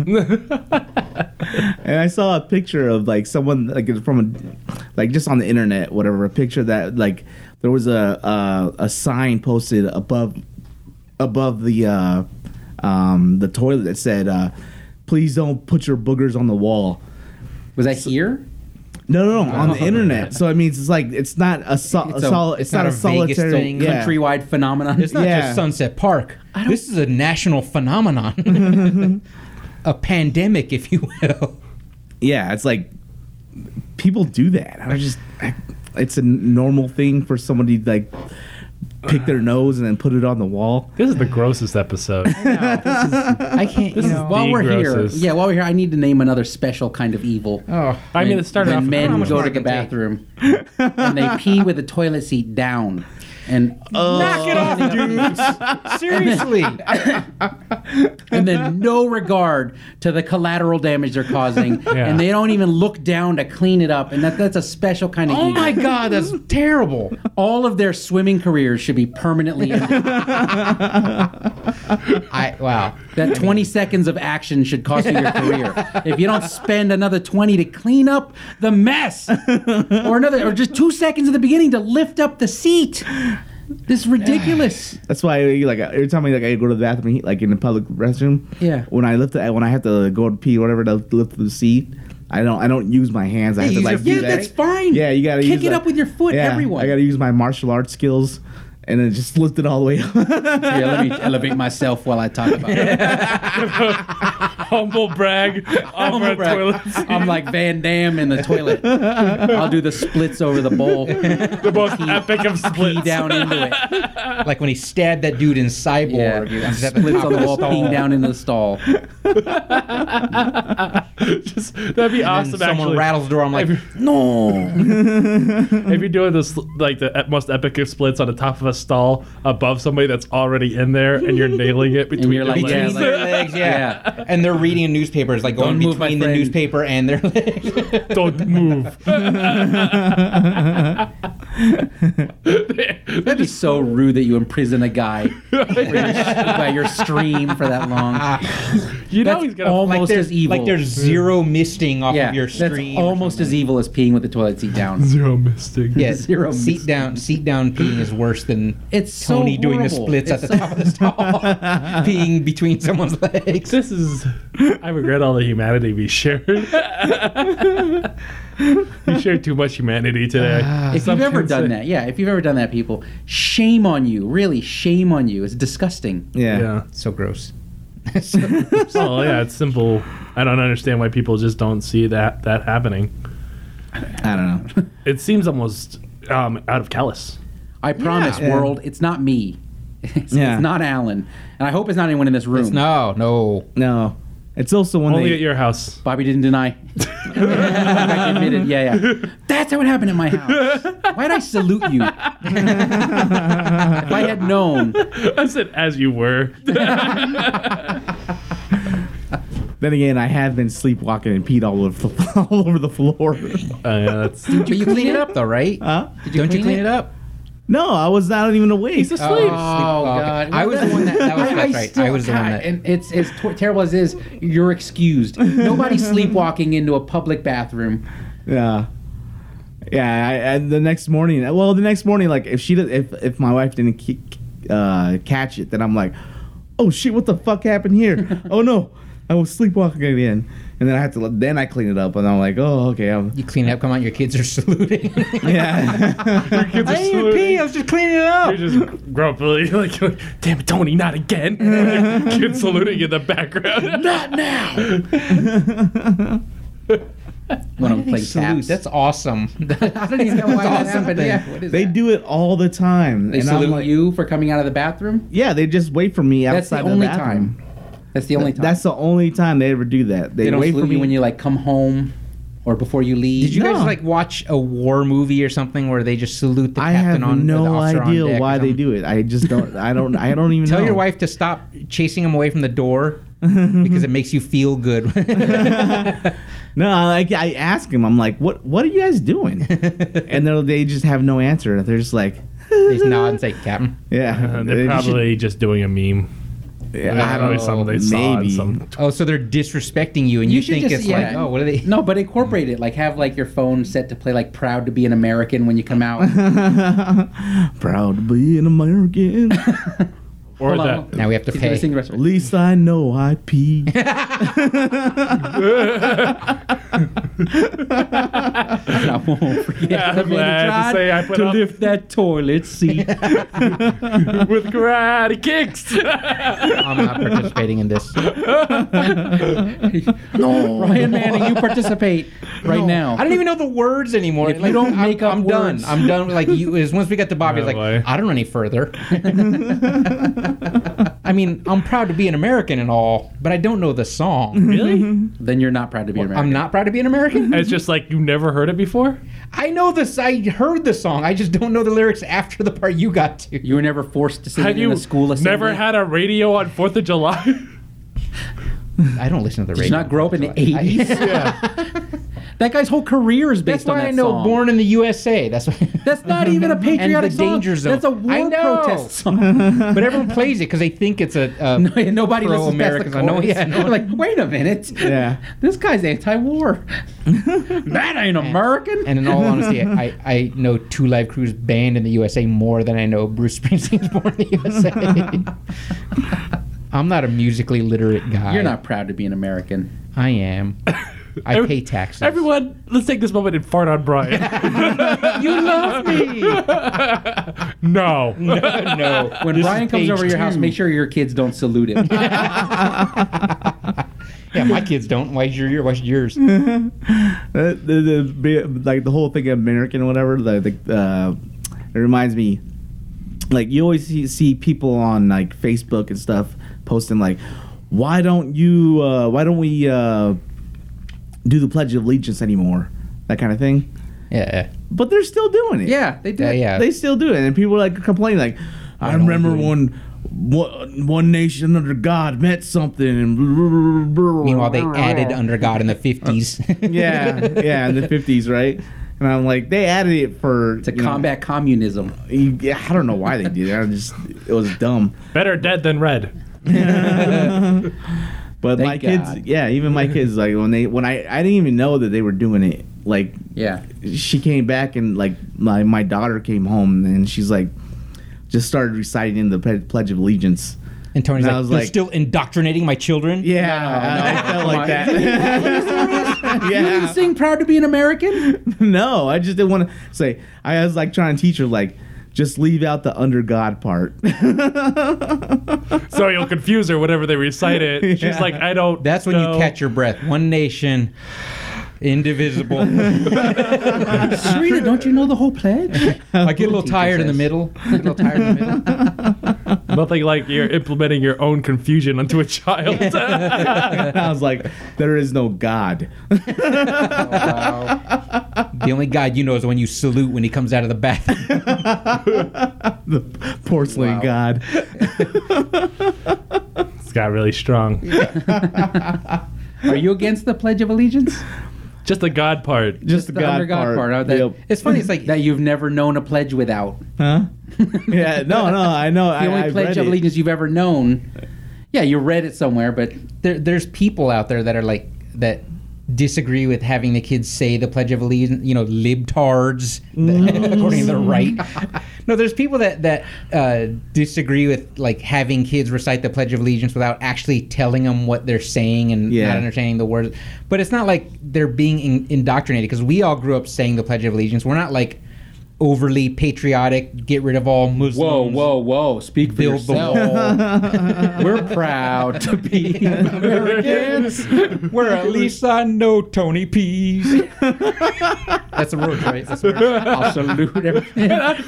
[SPEAKER 1] And I saw a picture of like someone like it's from a, like just on the internet, whatever. A picture that like there was a a, a sign posted above above the uh, um, the toilet that said, uh, "Please don't put your boogers on the wall."
[SPEAKER 2] Was that here?
[SPEAKER 1] No, no, no, on the internet. So it means it's like it's not a, sol-
[SPEAKER 4] It's
[SPEAKER 1] a,
[SPEAKER 4] a-
[SPEAKER 1] sol- it's, not, a,
[SPEAKER 4] Vegas
[SPEAKER 1] solitary
[SPEAKER 4] thing,
[SPEAKER 1] yeah.
[SPEAKER 2] Countrywide phenomenon.
[SPEAKER 4] It's not
[SPEAKER 1] Yeah.
[SPEAKER 4] just Sunset Park. This is a national phenomenon. a pandemic, if you will.
[SPEAKER 1] Yeah, it's like people do that. I just I, it's a normal thing for somebody to, like pick their nose and then put it on the wall.
[SPEAKER 3] This is the grossest episode.
[SPEAKER 4] I can't. You
[SPEAKER 3] is
[SPEAKER 4] know,
[SPEAKER 2] while
[SPEAKER 3] the
[SPEAKER 2] we're
[SPEAKER 3] grossest.
[SPEAKER 2] here, yeah, while we're here, I need to name another special kind of evil.
[SPEAKER 4] oh,
[SPEAKER 3] I mean, it started off.
[SPEAKER 2] when men
[SPEAKER 4] much
[SPEAKER 2] go
[SPEAKER 4] more
[SPEAKER 2] to
[SPEAKER 4] I
[SPEAKER 2] the
[SPEAKER 4] can take?
[SPEAKER 2] bathroom and they pee with the toilet seat down. And
[SPEAKER 4] knock it off, dudes. Seriously.
[SPEAKER 2] and then no regard to the collateral damage they're causing,
[SPEAKER 3] Yeah.
[SPEAKER 2] and they don't even look down to clean it up, and that, that's a special kind of.
[SPEAKER 4] oh
[SPEAKER 2] evil.
[SPEAKER 4] my God, that's terrible.
[SPEAKER 2] All of their swimming careers should be permanently ended.
[SPEAKER 4] I wow.
[SPEAKER 2] that 20 seconds of action should cost you your career. If you don't spend another 20 to clean up the mess, or another, or just two seconds at the beginning to lift up the seat. This is ridiculous.
[SPEAKER 1] That's why, like, every time I like I go to the bathroom, he- like in the public restroom,
[SPEAKER 2] Yeah.
[SPEAKER 1] When I lift, the, when I have to go to pee or whatever to lift the seat, I don't, I don't use my hands. I have
[SPEAKER 4] Yeah,
[SPEAKER 1] to
[SPEAKER 4] use
[SPEAKER 1] like,
[SPEAKER 4] your
[SPEAKER 1] do
[SPEAKER 4] feet,
[SPEAKER 1] that.
[SPEAKER 4] right?
[SPEAKER 2] fine.
[SPEAKER 1] yeah, you gotta
[SPEAKER 2] kick
[SPEAKER 1] use,
[SPEAKER 2] it
[SPEAKER 1] like-
[SPEAKER 2] up with your foot.
[SPEAKER 1] Yeah,
[SPEAKER 2] everyone.
[SPEAKER 1] I gotta use my martial arts skills, and then just lift it all the way up.
[SPEAKER 2] yeah, let me elevate myself while I talk about it.
[SPEAKER 3] humble brag over a toilet seat.
[SPEAKER 2] I'm like Van Damme in the toilet. I'll do the splits over the bowl.
[SPEAKER 3] The most epic of splits.
[SPEAKER 2] Pee down into it.
[SPEAKER 4] Like when he stabbed that dude in
[SPEAKER 2] Yeah.
[SPEAKER 4] Cyborg. he was at the
[SPEAKER 2] Splits
[SPEAKER 4] top
[SPEAKER 2] on the
[SPEAKER 4] of
[SPEAKER 2] wall,
[SPEAKER 4] stall.
[SPEAKER 2] peeing down into the stall.
[SPEAKER 3] Just, that'd be
[SPEAKER 4] And
[SPEAKER 3] awesome.
[SPEAKER 4] someone
[SPEAKER 3] actually.
[SPEAKER 4] rattles the door. I'm like,
[SPEAKER 3] If you're doing this, like the ep- most epic of splits on the top of a stall above somebody that's already in there, and you're nailing it between
[SPEAKER 2] And you're
[SPEAKER 3] your
[SPEAKER 2] like,
[SPEAKER 3] legs.
[SPEAKER 2] yeah,
[SPEAKER 4] between their
[SPEAKER 2] like,
[SPEAKER 4] legs, yeah. And they're reading newspapers, like going
[SPEAKER 2] Don't move, my
[SPEAKER 4] between the
[SPEAKER 2] friend.
[SPEAKER 4] newspaper and their legs.
[SPEAKER 3] don't move.
[SPEAKER 2] that'd be so rude that you imprison a guy by your stream for that long.
[SPEAKER 4] Ah,
[SPEAKER 3] you know
[SPEAKER 2] That's
[SPEAKER 3] he's gonna.
[SPEAKER 2] all-
[SPEAKER 4] like
[SPEAKER 2] Almost
[SPEAKER 4] there's,
[SPEAKER 2] as evil.
[SPEAKER 4] Like there's zero misting off
[SPEAKER 2] Yeah,
[SPEAKER 4] of your
[SPEAKER 2] that's
[SPEAKER 4] stream. or
[SPEAKER 2] almost as evil as peeing with the toilet seat down.
[SPEAKER 3] Zero mistake.
[SPEAKER 4] something. yeah,
[SPEAKER 2] zero
[SPEAKER 4] seat
[SPEAKER 2] misting.
[SPEAKER 4] down. Seat down peeing is worse than
[SPEAKER 2] It's so
[SPEAKER 4] Tony doing the
[SPEAKER 2] horrible.
[SPEAKER 4] splits at
[SPEAKER 2] It's
[SPEAKER 4] the
[SPEAKER 2] so-
[SPEAKER 4] top of the stall, peeing between someone's legs.
[SPEAKER 3] This is. I regret all the humanity we shared. we shared too much humanity today.
[SPEAKER 2] Ah. If you've ever done that, yeah, if you've ever done that, people, shame on you. Really, shame on you. It's disgusting.
[SPEAKER 1] yeah.
[SPEAKER 3] Yeah.
[SPEAKER 4] So gross. So-
[SPEAKER 3] Oh yeah, it's simple. I don't understand why people just don't see that that happening.
[SPEAKER 1] I don't know.
[SPEAKER 3] It seems almost um, out of callous.
[SPEAKER 2] I promise,
[SPEAKER 1] Yeah.
[SPEAKER 2] world, it's not me. It's,
[SPEAKER 1] Yeah.
[SPEAKER 2] it's not Alan, and I hope it's not anyone in this room.
[SPEAKER 4] no, no.
[SPEAKER 1] No, it's also one
[SPEAKER 3] Only
[SPEAKER 1] they,
[SPEAKER 3] at your house.
[SPEAKER 2] Bobby didn't deny. I admitted. Yeah, yeah. That's how it happened in my house. Why'd I salute you? if I had known.
[SPEAKER 3] I said as you were.
[SPEAKER 1] Then again, I have been sleepwalking and peed all over the all over the floor.
[SPEAKER 3] Oh, yeah, that's,
[SPEAKER 4] But you clean it up though, right?
[SPEAKER 1] Huh?
[SPEAKER 4] Don't you clean it, up?
[SPEAKER 1] No, I was not even awake.
[SPEAKER 3] he's asleep.
[SPEAKER 4] Oh, God. I was the one that. that was, that's right. I was the one that.
[SPEAKER 2] And it's as tor- terrible as it is. You're excused. Nobody's sleepwalking into a public bathroom.
[SPEAKER 1] Yeah. Yeah, I, and the next morning, well, the next morning, like if she, did, if if my wife didn't ki- uh, catch it, then I'm like, oh shit, what the fuck happened here? oh no, I was sleepwalking again, and then I had to, then I clean it up, and I'm like, oh okay, I'm,
[SPEAKER 4] You clean it up. Come on, your kids are saluting.
[SPEAKER 1] yeah,
[SPEAKER 3] Your kids are
[SPEAKER 4] I didn't even pee. I
[SPEAKER 3] saluting.
[SPEAKER 4] was just cleaning it up.
[SPEAKER 3] You're just grumpily like, like, damn it, Tony, not again. Kid saluting in the background. not now.
[SPEAKER 2] When I'm playing
[SPEAKER 4] Salute.
[SPEAKER 2] taps.
[SPEAKER 4] That's awesome. I don't even know
[SPEAKER 2] why that happened. Yeah, what is
[SPEAKER 1] they
[SPEAKER 2] that?
[SPEAKER 1] do it all the time.
[SPEAKER 2] They
[SPEAKER 1] and I'm
[SPEAKER 2] salute
[SPEAKER 1] like-
[SPEAKER 2] you for coming out of the bathroom.
[SPEAKER 1] Yeah, they just wait for me
[SPEAKER 2] That's
[SPEAKER 1] outside.
[SPEAKER 2] the only
[SPEAKER 1] the bathroom.
[SPEAKER 2] time. That's the only time.
[SPEAKER 1] That's the only time they ever do that. They,
[SPEAKER 2] they don't
[SPEAKER 1] wait for
[SPEAKER 2] salute
[SPEAKER 1] me
[SPEAKER 2] you when you like come home or before you leave.
[SPEAKER 4] Did you
[SPEAKER 1] No.
[SPEAKER 4] guys like watch a war movie or something where they just salute the
[SPEAKER 1] I
[SPEAKER 4] captain
[SPEAKER 1] have
[SPEAKER 4] on or the
[SPEAKER 1] no
[SPEAKER 4] officer on
[SPEAKER 1] idea
[SPEAKER 4] deck or
[SPEAKER 1] why they
[SPEAKER 4] something?
[SPEAKER 1] do it. I just don't. I don't. I don't even
[SPEAKER 4] Tell
[SPEAKER 1] know.
[SPEAKER 4] your wife to stop chasing him away from the door because it makes you feel good.
[SPEAKER 1] No, I like I ask him. I'm like, what What are you guys doing? and they they just have no answer. They're just like,
[SPEAKER 4] they just nod and say, Captain.
[SPEAKER 1] yeah.
[SPEAKER 3] Uh, they're
[SPEAKER 1] They should-
[SPEAKER 3] probably just doing a meme.
[SPEAKER 1] yeah, I don't know.
[SPEAKER 3] Probably something they saw in
[SPEAKER 1] maybe.
[SPEAKER 3] some
[SPEAKER 4] Oh, so they're disrespecting you, and you,
[SPEAKER 2] should
[SPEAKER 4] think
[SPEAKER 2] just-
[SPEAKER 4] it's
[SPEAKER 2] yeah.
[SPEAKER 4] like, oh, what are they?
[SPEAKER 2] No, but incorporate it. Like have like your phone set to play like "Proud to be an American" when you come out.
[SPEAKER 1] Proud to be an American.
[SPEAKER 3] or
[SPEAKER 2] Hold on,
[SPEAKER 3] that.
[SPEAKER 2] hold
[SPEAKER 4] Now we have to
[SPEAKER 2] He's gonna
[SPEAKER 4] pay.
[SPEAKER 2] sing the rest of
[SPEAKER 1] At
[SPEAKER 2] it.
[SPEAKER 1] least I know I pee.
[SPEAKER 2] I won't forget.
[SPEAKER 3] Yeah,
[SPEAKER 2] the minute
[SPEAKER 3] glad to
[SPEAKER 2] tried
[SPEAKER 3] say I put
[SPEAKER 2] to
[SPEAKER 3] up-
[SPEAKER 2] lift that toilet seat.
[SPEAKER 3] with karate kicks.
[SPEAKER 4] I'm not participating in this.
[SPEAKER 2] no, Ryan Manning, you participate right now.
[SPEAKER 4] Oh. I don't even know the words anymore.
[SPEAKER 2] If you don't
[SPEAKER 4] I'm-
[SPEAKER 2] make up
[SPEAKER 4] I'm
[SPEAKER 2] words.
[SPEAKER 4] done. I'm done. Like you, is once we got to Bobby, it's
[SPEAKER 3] Oh,
[SPEAKER 4] like
[SPEAKER 3] boy.
[SPEAKER 4] I don't know any further. I mean, I'm proud to be an American and all, but I don't know the song.
[SPEAKER 3] really?
[SPEAKER 2] Then you're not proud to be an American.
[SPEAKER 4] I'm not proud to be an American.
[SPEAKER 3] It's just like you never heard it before.
[SPEAKER 4] I know this. I heard the song. I just don't know the lyrics after the part you got to.
[SPEAKER 2] You were never forced to sing
[SPEAKER 3] Have
[SPEAKER 2] it in
[SPEAKER 3] you
[SPEAKER 2] a school assembly.
[SPEAKER 3] never had a radio on Fourth of July?
[SPEAKER 4] I don't listen to the
[SPEAKER 2] Did
[SPEAKER 4] radio.
[SPEAKER 2] you not grow up in the
[SPEAKER 4] I-
[SPEAKER 2] eighties?
[SPEAKER 3] yeah.
[SPEAKER 2] that guy's whole career is
[SPEAKER 4] That's
[SPEAKER 2] based on
[SPEAKER 4] why
[SPEAKER 2] that
[SPEAKER 4] I know
[SPEAKER 2] song.
[SPEAKER 4] "Born in the USA." That's why.
[SPEAKER 2] That's not even a patriotic
[SPEAKER 4] and the
[SPEAKER 2] song.
[SPEAKER 4] danger zone.
[SPEAKER 2] That's a war
[SPEAKER 4] I know.
[SPEAKER 2] protest song.
[SPEAKER 4] But everyone plays it because they think it's a. a
[SPEAKER 2] No, yeah, nobody
[SPEAKER 4] pro
[SPEAKER 2] listens past the
[SPEAKER 4] Americans. I know.
[SPEAKER 2] chorus.
[SPEAKER 4] Yeah, no one-
[SPEAKER 2] like, wait a minute.
[SPEAKER 1] Yeah.
[SPEAKER 2] This guy's anti-war. that ain't American.
[SPEAKER 4] And in all honesty, I, I know Two Live Crew's band in the USA more than I know Bruce Springsteen's born in the USA. I'm not a musically literate guy.
[SPEAKER 2] You're not proud to be an American.
[SPEAKER 4] I am. I
[SPEAKER 3] Every-
[SPEAKER 4] pay taxes.
[SPEAKER 3] Everyone, let's take this moment and fart on Brian.
[SPEAKER 4] you love me.
[SPEAKER 3] no.
[SPEAKER 4] no.
[SPEAKER 2] When
[SPEAKER 4] This is
[SPEAKER 2] Brian comes
[SPEAKER 4] page
[SPEAKER 2] over to your house,
[SPEAKER 4] two.
[SPEAKER 2] make sure your kids don't salute him.
[SPEAKER 4] Yeah, my kids don't. Why's your your- Why's yours?
[SPEAKER 1] Uh, the, the, be- like the whole thing of American or whatever. The, the uh, it reminds me, like you always see, see people on like Facebook and stuff posting like, why don't you? Uh, why don't we uh, do the Pledge of Allegiance anymore? That kind of thing.
[SPEAKER 4] Yeah.
[SPEAKER 1] But they're still doing it.
[SPEAKER 2] yeah, they do.
[SPEAKER 4] Yeah. yeah.
[SPEAKER 1] they still do it, and people are like complaining like, I
[SPEAKER 4] don't we
[SPEAKER 1] remember
[SPEAKER 4] do it?"
[SPEAKER 1] when. One, one nation under God meant something, and
[SPEAKER 4] Meanwhile, they added under God in the 50s.
[SPEAKER 1] yeah, yeah, in the fifties, right? And I'm like, they added it for
[SPEAKER 2] To combat communism.
[SPEAKER 1] You, yeah, I don't know why they did it. I just it was dumb.
[SPEAKER 3] Better dead than red.
[SPEAKER 1] But
[SPEAKER 2] Thank
[SPEAKER 1] my
[SPEAKER 2] God.
[SPEAKER 1] kids, yeah, even my kids, like when they when I I didn't even know that they were doing it. Like
[SPEAKER 2] Yeah.
[SPEAKER 1] she came back and like my my daughter came home and she's like, just started reciting the Pe- Pledge of Allegiance.
[SPEAKER 4] And Tony's
[SPEAKER 1] And I
[SPEAKER 4] like,
[SPEAKER 1] was
[SPEAKER 4] they're
[SPEAKER 1] like-
[SPEAKER 4] still indoctrinating my children?
[SPEAKER 1] Yeah, I,
[SPEAKER 2] no,
[SPEAKER 1] I felt
[SPEAKER 2] come on.
[SPEAKER 1] like that.
[SPEAKER 2] You didn't sing "Proud to be an American."
[SPEAKER 1] no, I just didn't want to say. I was like trying to teach her like Just leave out the under God part.
[SPEAKER 3] so you'll confuse her whenever they recite it. She's
[SPEAKER 1] Yeah.
[SPEAKER 3] like, I don't.
[SPEAKER 4] That's when
[SPEAKER 3] know.
[SPEAKER 4] you catch your breath. One nation, indivisible.
[SPEAKER 2] Serena, don't you know the whole pledge?
[SPEAKER 4] I get a little tired in the middle. I get a little tired in the middle.
[SPEAKER 3] Nothing like you're implementing your own confusion onto a child.
[SPEAKER 1] I was like, there is no God.
[SPEAKER 4] The only God you know is the one you salute when he comes out of the bathroom.
[SPEAKER 1] the porcelain
[SPEAKER 4] Wow.
[SPEAKER 1] God.
[SPEAKER 3] it's got really strong.
[SPEAKER 2] Are you against the Pledge of Allegiance?
[SPEAKER 3] Just the God part.
[SPEAKER 1] Just the, God,
[SPEAKER 2] under God
[SPEAKER 1] part.
[SPEAKER 2] part. uh, that-
[SPEAKER 1] Yep.
[SPEAKER 2] It's funny. It's like that you've never known a pledge without.
[SPEAKER 1] Huh? yeah, no, no, I know.
[SPEAKER 2] The
[SPEAKER 1] I,
[SPEAKER 2] only
[SPEAKER 1] I
[SPEAKER 2] pledge
[SPEAKER 1] read
[SPEAKER 2] of
[SPEAKER 1] it.
[SPEAKER 2] allegiance you've ever known. Yeah, you read it somewhere, but
[SPEAKER 4] there, there's people out there that are like that disagree with having the kids say the Pledge of Allegiance. You know, libtards, according to the right. No, there's people that that uh, disagree with like having kids recite the Pledge of Allegiance without actually telling them what they're saying and
[SPEAKER 1] Yeah.
[SPEAKER 4] not understanding the words. But it's not like they're being in- indoctrinated because we all grew up saying the Pledge of Allegiance. We're not like overly patriotic. Get rid of all Muslims.
[SPEAKER 5] Whoa, whoa, whoa! Speak for
[SPEAKER 4] Build the
[SPEAKER 5] yourself.
[SPEAKER 4] wall. We're proud to be Americans. We're at least I know Tony Pease. That's the word, right? That's the word. I'll salute him.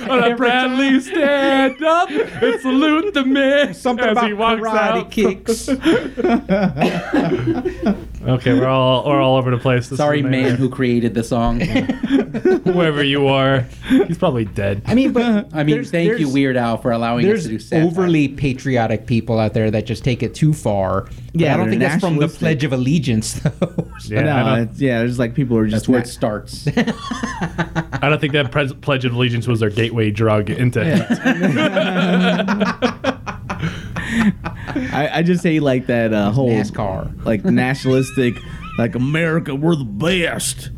[SPEAKER 3] On a Bradley, stand up and salute the man
[SPEAKER 4] Something
[SPEAKER 3] as
[SPEAKER 4] about
[SPEAKER 3] he walks
[SPEAKER 4] karate
[SPEAKER 3] out.
[SPEAKER 4] kicks.
[SPEAKER 3] Okay, we're all we're all over the place. This
[SPEAKER 2] sorry,
[SPEAKER 3] is
[SPEAKER 2] man who created the song.
[SPEAKER 3] whoever you are, he's probably dead.
[SPEAKER 4] I mean, but
[SPEAKER 2] I mean,
[SPEAKER 4] there's-
[SPEAKER 2] thank you,
[SPEAKER 4] there's-
[SPEAKER 2] Weird Al, for allowing us to do
[SPEAKER 4] There's
[SPEAKER 2] satire.
[SPEAKER 4] overly patriotic people out there that just take it too far. But
[SPEAKER 1] Yeah,
[SPEAKER 4] I don't
[SPEAKER 1] they're
[SPEAKER 4] think that's from the
[SPEAKER 1] nationalistic.
[SPEAKER 4] Pledge of Allegiance, though.
[SPEAKER 3] Yeah, I,
[SPEAKER 1] no,
[SPEAKER 3] don't,
[SPEAKER 1] it's, yeah, there's like people who are just
[SPEAKER 2] That's where it
[SPEAKER 1] not-
[SPEAKER 2] starts.
[SPEAKER 3] I don't think that pres- pledge of allegiance was their gateway drug into.
[SPEAKER 1] I, I just hate like that uh, whole
[SPEAKER 4] NASCAR.
[SPEAKER 1] like nationalistic, like America, we're the best.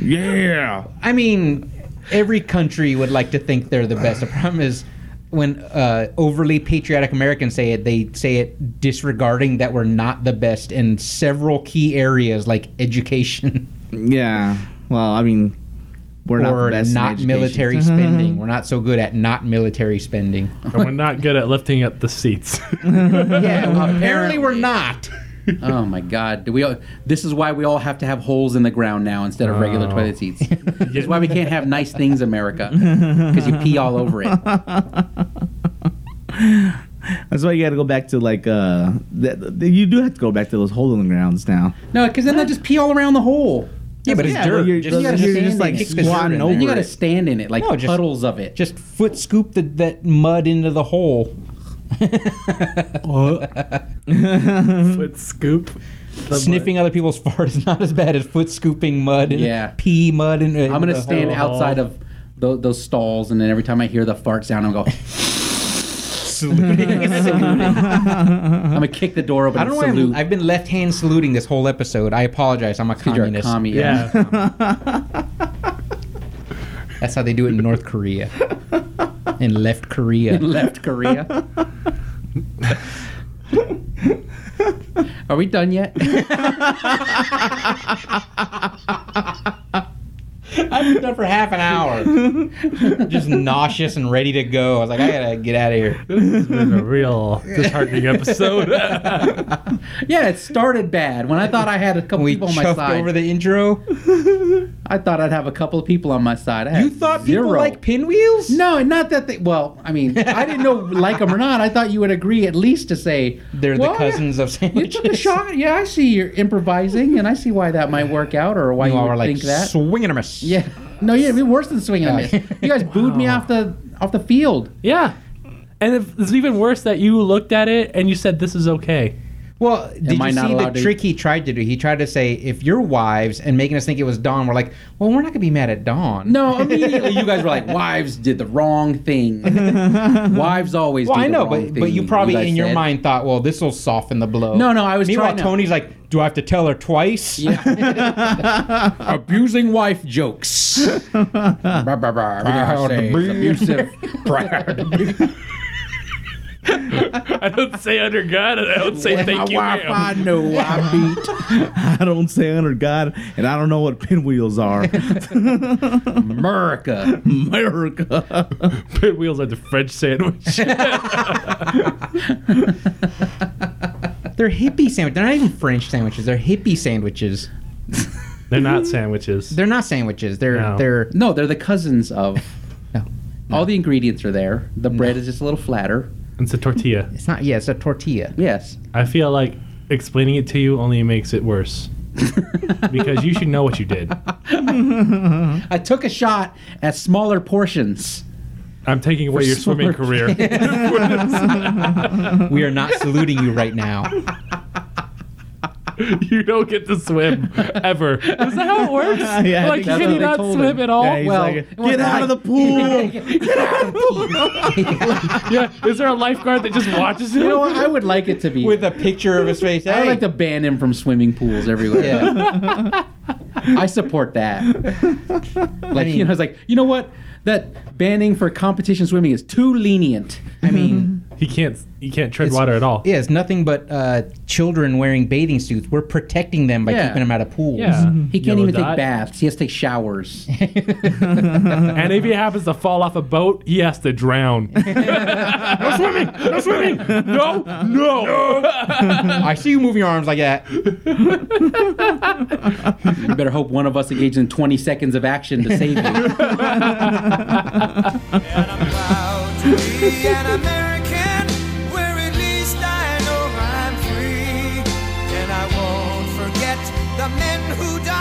[SPEAKER 1] Yeah,
[SPEAKER 4] I mean, every country would like to think they're the best. The problem is when uh, overly patriotic Americans say it, they say it disregarding that we're not the best in several key areas like education
[SPEAKER 1] yeah. Well, I mean, we're not the
[SPEAKER 4] or
[SPEAKER 1] best in
[SPEAKER 4] not
[SPEAKER 1] education.
[SPEAKER 4] military
[SPEAKER 3] Mm-hmm.
[SPEAKER 4] spending. we're not so good at not military spending.
[SPEAKER 3] And we're not good at lifting up the seats.
[SPEAKER 4] yeah, apparently we're not.
[SPEAKER 2] oh my God! Do we? All, this is why we all have to have holes in the ground now instead of regular
[SPEAKER 4] Oh.
[SPEAKER 3] Wow.
[SPEAKER 2] toilet seats. That's why we can't have nice things, America, because you pee all over it.
[SPEAKER 1] That's why you got to go back to like uh, th- th- you do have to go back to those holding grounds now.
[SPEAKER 2] No, because then they just pee all around the hole.
[SPEAKER 4] Yeah, but it's
[SPEAKER 1] Yeah,
[SPEAKER 4] dirt.
[SPEAKER 1] but you're-
[SPEAKER 4] just,
[SPEAKER 1] you're
[SPEAKER 4] just,
[SPEAKER 1] just,
[SPEAKER 2] stand
[SPEAKER 1] like,
[SPEAKER 2] in it.
[SPEAKER 1] squatting
[SPEAKER 2] Then
[SPEAKER 1] over
[SPEAKER 2] You gotta
[SPEAKER 1] it.
[SPEAKER 2] stand in it, like
[SPEAKER 4] No, just-
[SPEAKER 2] puddles of it.
[SPEAKER 4] just foot scoop the, that mud into the hole.
[SPEAKER 3] Foot scoop.
[SPEAKER 4] Sniffing other people's fart is not as bad as foot scooping mud and
[SPEAKER 2] Yeah.
[SPEAKER 4] pee mud. And,
[SPEAKER 2] I'm gonna stand
[SPEAKER 3] whole
[SPEAKER 2] outside
[SPEAKER 3] hall.
[SPEAKER 2] of tho- those stalls, and then every time I hear the fart sound, I'll go. I'm gonna kick the door open.
[SPEAKER 4] I don't know
[SPEAKER 2] and
[SPEAKER 4] why I'm,
[SPEAKER 2] salute.
[SPEAKER 4] I've been left hand saluting this whole episode. I apologize. I'm a
[SPEAKER 2] You're a
[SPEAKER 4] communist.
[SPEAKER 2] commie,
[SPEAKER 3] Yeah.
[SPEAKER 4] That's how they do it in North Korea. In left Korea.
[SPEAKER 2] left Korea. Are we done yet?
[SPEAKER 4] I've been done for half an hour. Just nauseous and ready to go. I was like, I gotta get out of here.
[SPEAKER 3] This has been a real disheartening episode.
[SPEAKER 2] yeah, it started bad. When I thought I had a couple
[SPEAKER 4] We
[SPEAKER 2] people on my
[SPEAKER 4] chuffed
[SPEAKER 2] side,
[SPEAKER 4] over the intro.
[SPEAKER 2] I thought I'd have a couple of people on my side. I had
[SPEAKER 4] You thought
[SPEAKER 2] zero.
[SPEAKER 4] people like pinwheels?
[SPEAKER 2] No, not that they. Well, I mean, I didn't know like them or not. I thought you would agree at least to say
[SPEAKER 4] They're the
[SPEAKER 2] well, yeah,
[SPEAKER 4] cousins of
[SPEAKER 2] You
[SPEAKER 4] sandwiches.
[SPEAKER 2] took a shot. Yeah, I see you're improvising, and I see why that might work out or why
[SPEAKER 4] You
[SPEAKER 2] you,
[SPEAKER 4] all
[SPEAKER 2] would
[SPEAKER 4] were like
[SPEAKER 2] think that.
[SPEAKER 4] swinging a miss.
[SPEAKER 2] yeah, no, yeah, it'd be worse than swinging a miss. You guys booed me off the off the field.
[SPEAKER 3] yeah. And if, it's even worse that you looked at it and you said this is okay.
[SPEAKER 4] Well, did
[SPEAKER 2] I
[SPEAKER 4] you
[SPEAKER 2] not
[SPEAKER 4] see the
[SPEAKER 2] allowed to-
[SPEAKER 4] trick he tried to do? He tried to say, if your wives, and making us think it was Dawn, we're like, well, we're not gonna be mad at Dawn.
[SPEAKER 2] No, immediately you guys were like, "Wives did the wrong thing. Wives always."
[SPEAKER 4] Well,
[SPEAKER 2] do
[SPEAKER 4] I
[SPEAKER 2] the
[SPEAKER 4] know,
[SPEAKER 2] wrong
[SPEAKER 4] but but
[SPEAKER 2] thing,"
[SPEAKER 4] you probably
[SPEAKER 2] guys
[SPEAKER 4] in your
[SPEAKER 2] said.
[SPEAKER 4] mind thought, well, this will soften the blow.
[SPEAKER 2] No, no, I was
[SPEAKER 4] Meanwhile,
[SPEAKER 2] trying to-
[SPEAKER 4] Tony's like, do I have to tell her twice?
[SPEAKER 2] Yeah. abusing wife jokes. Brr, brr, brr. You know how I say it's abusive.
[SPEAKER 3] I don't say under God, and I don't say thank you, ma'am.
[SPEAKER 1] know I beat. I don't say under God, and I don't know what pinwheels are.
[SPEAKER 2] America.
[SPEAKER 1] America.
[SPEAKER 3] Pinwheels are the French sandwich.
[SPEAKER 4] They're hippie sandwiches. They're not even French sandwiches. They're hippie sandwiches.
[SPEAKER 3] They're not sandwiches.
[SPEAKER 4] They're not sandwiches. They're
[SPEAKER 3] No.
[SPEAKER 4] they're
[SPEAKER 2] No, they're the cousins of.
[SPEAKER 4] no.
[SPEAKER 2] All the ingredients are there. The bread is just a little flatter.
[SPEAKER 3] it's a tortilla.
[SPEAKER 4] It's not. Yeah, it's a tortilla.
[SPEAKER 2] Yes.
[SPEAKER 3] I feel like explaining it to you only makes it worse. because you should know what you did.
[SPEAKER 2] I took a shot at smaller portions.
[SPEAKER 3] I'm taking away your swimming career.
[SPEAKER 4] We are not saluting you right now.
[SPEAKER 3] you don't get to swim ever. Is that how it works?
[SPEAKER 1] Yeah, I think that's
[SPEAKER 3] like,
[SPEAKER 1] what
[SPEAKER 3] can you
[SPEAKER 1] they
[SPEAKER 3] not
[SPEAKER 1] told
[SPEAKER 3] swim
[SPEAKER 1] him.
[SPEAKER 3] at all?
[SPEAKER 4] Oh,
[SPEAKER 1] Yeah, he's
[SPEAKER 3] well,
[SPEAKER 1] like, get out of the pool.
[SPEAKER 2] Get out of
[SPEAKER 3] yeah. Is there a lifeguard that just watches you?
[SPEAKER 2] You know what? I would like it to be.
[SPEAKER 4] With a picture of his face.
[SPEAKER 2] I would
[SPEAKER 4] Hey.
[SPEAKER 2] like to ban him from swimming pools everywhere.
[SPEAKER 4] Yeah.
[SPEAKER 2] I support that. Like you know, it's like you know what that banning for competition swimming is too lenient.
[SPEAKER 4] I mean,
[SPEAKER 3] He can't. He can't tread
[SPEAKER 4] it's-
[SPEAKER 3] water at all.
[SPEAKER 4] Yeah, it's nothing but uh, children wearing bathing suits. We're protecting them by
[SPEAKER 2] Yeah.
[SPEAKER 4] keeping them out of pools.
[SPEAKER 3] Yeah.
[SPEAKER 2] He can't
[SPEAKER 3] Yellow
[SPEAKER 2] even
[SPEAKER 3] dot.
[SPEAKER 2] take baths. He has to take showers.
[SPEAKER 3] And if he happens to fall off a boat, he has to drown. no swimming. No swimming. No. No.
[SPEAKER 4] I see you moving your arms like that.
[SPEAKER 2] you better hope one of us engages in 20 seconds of action to save you.
[SPEAKER 6] And I'm proud to be an American, where at least I know I'm free. And I won't forget the men who died.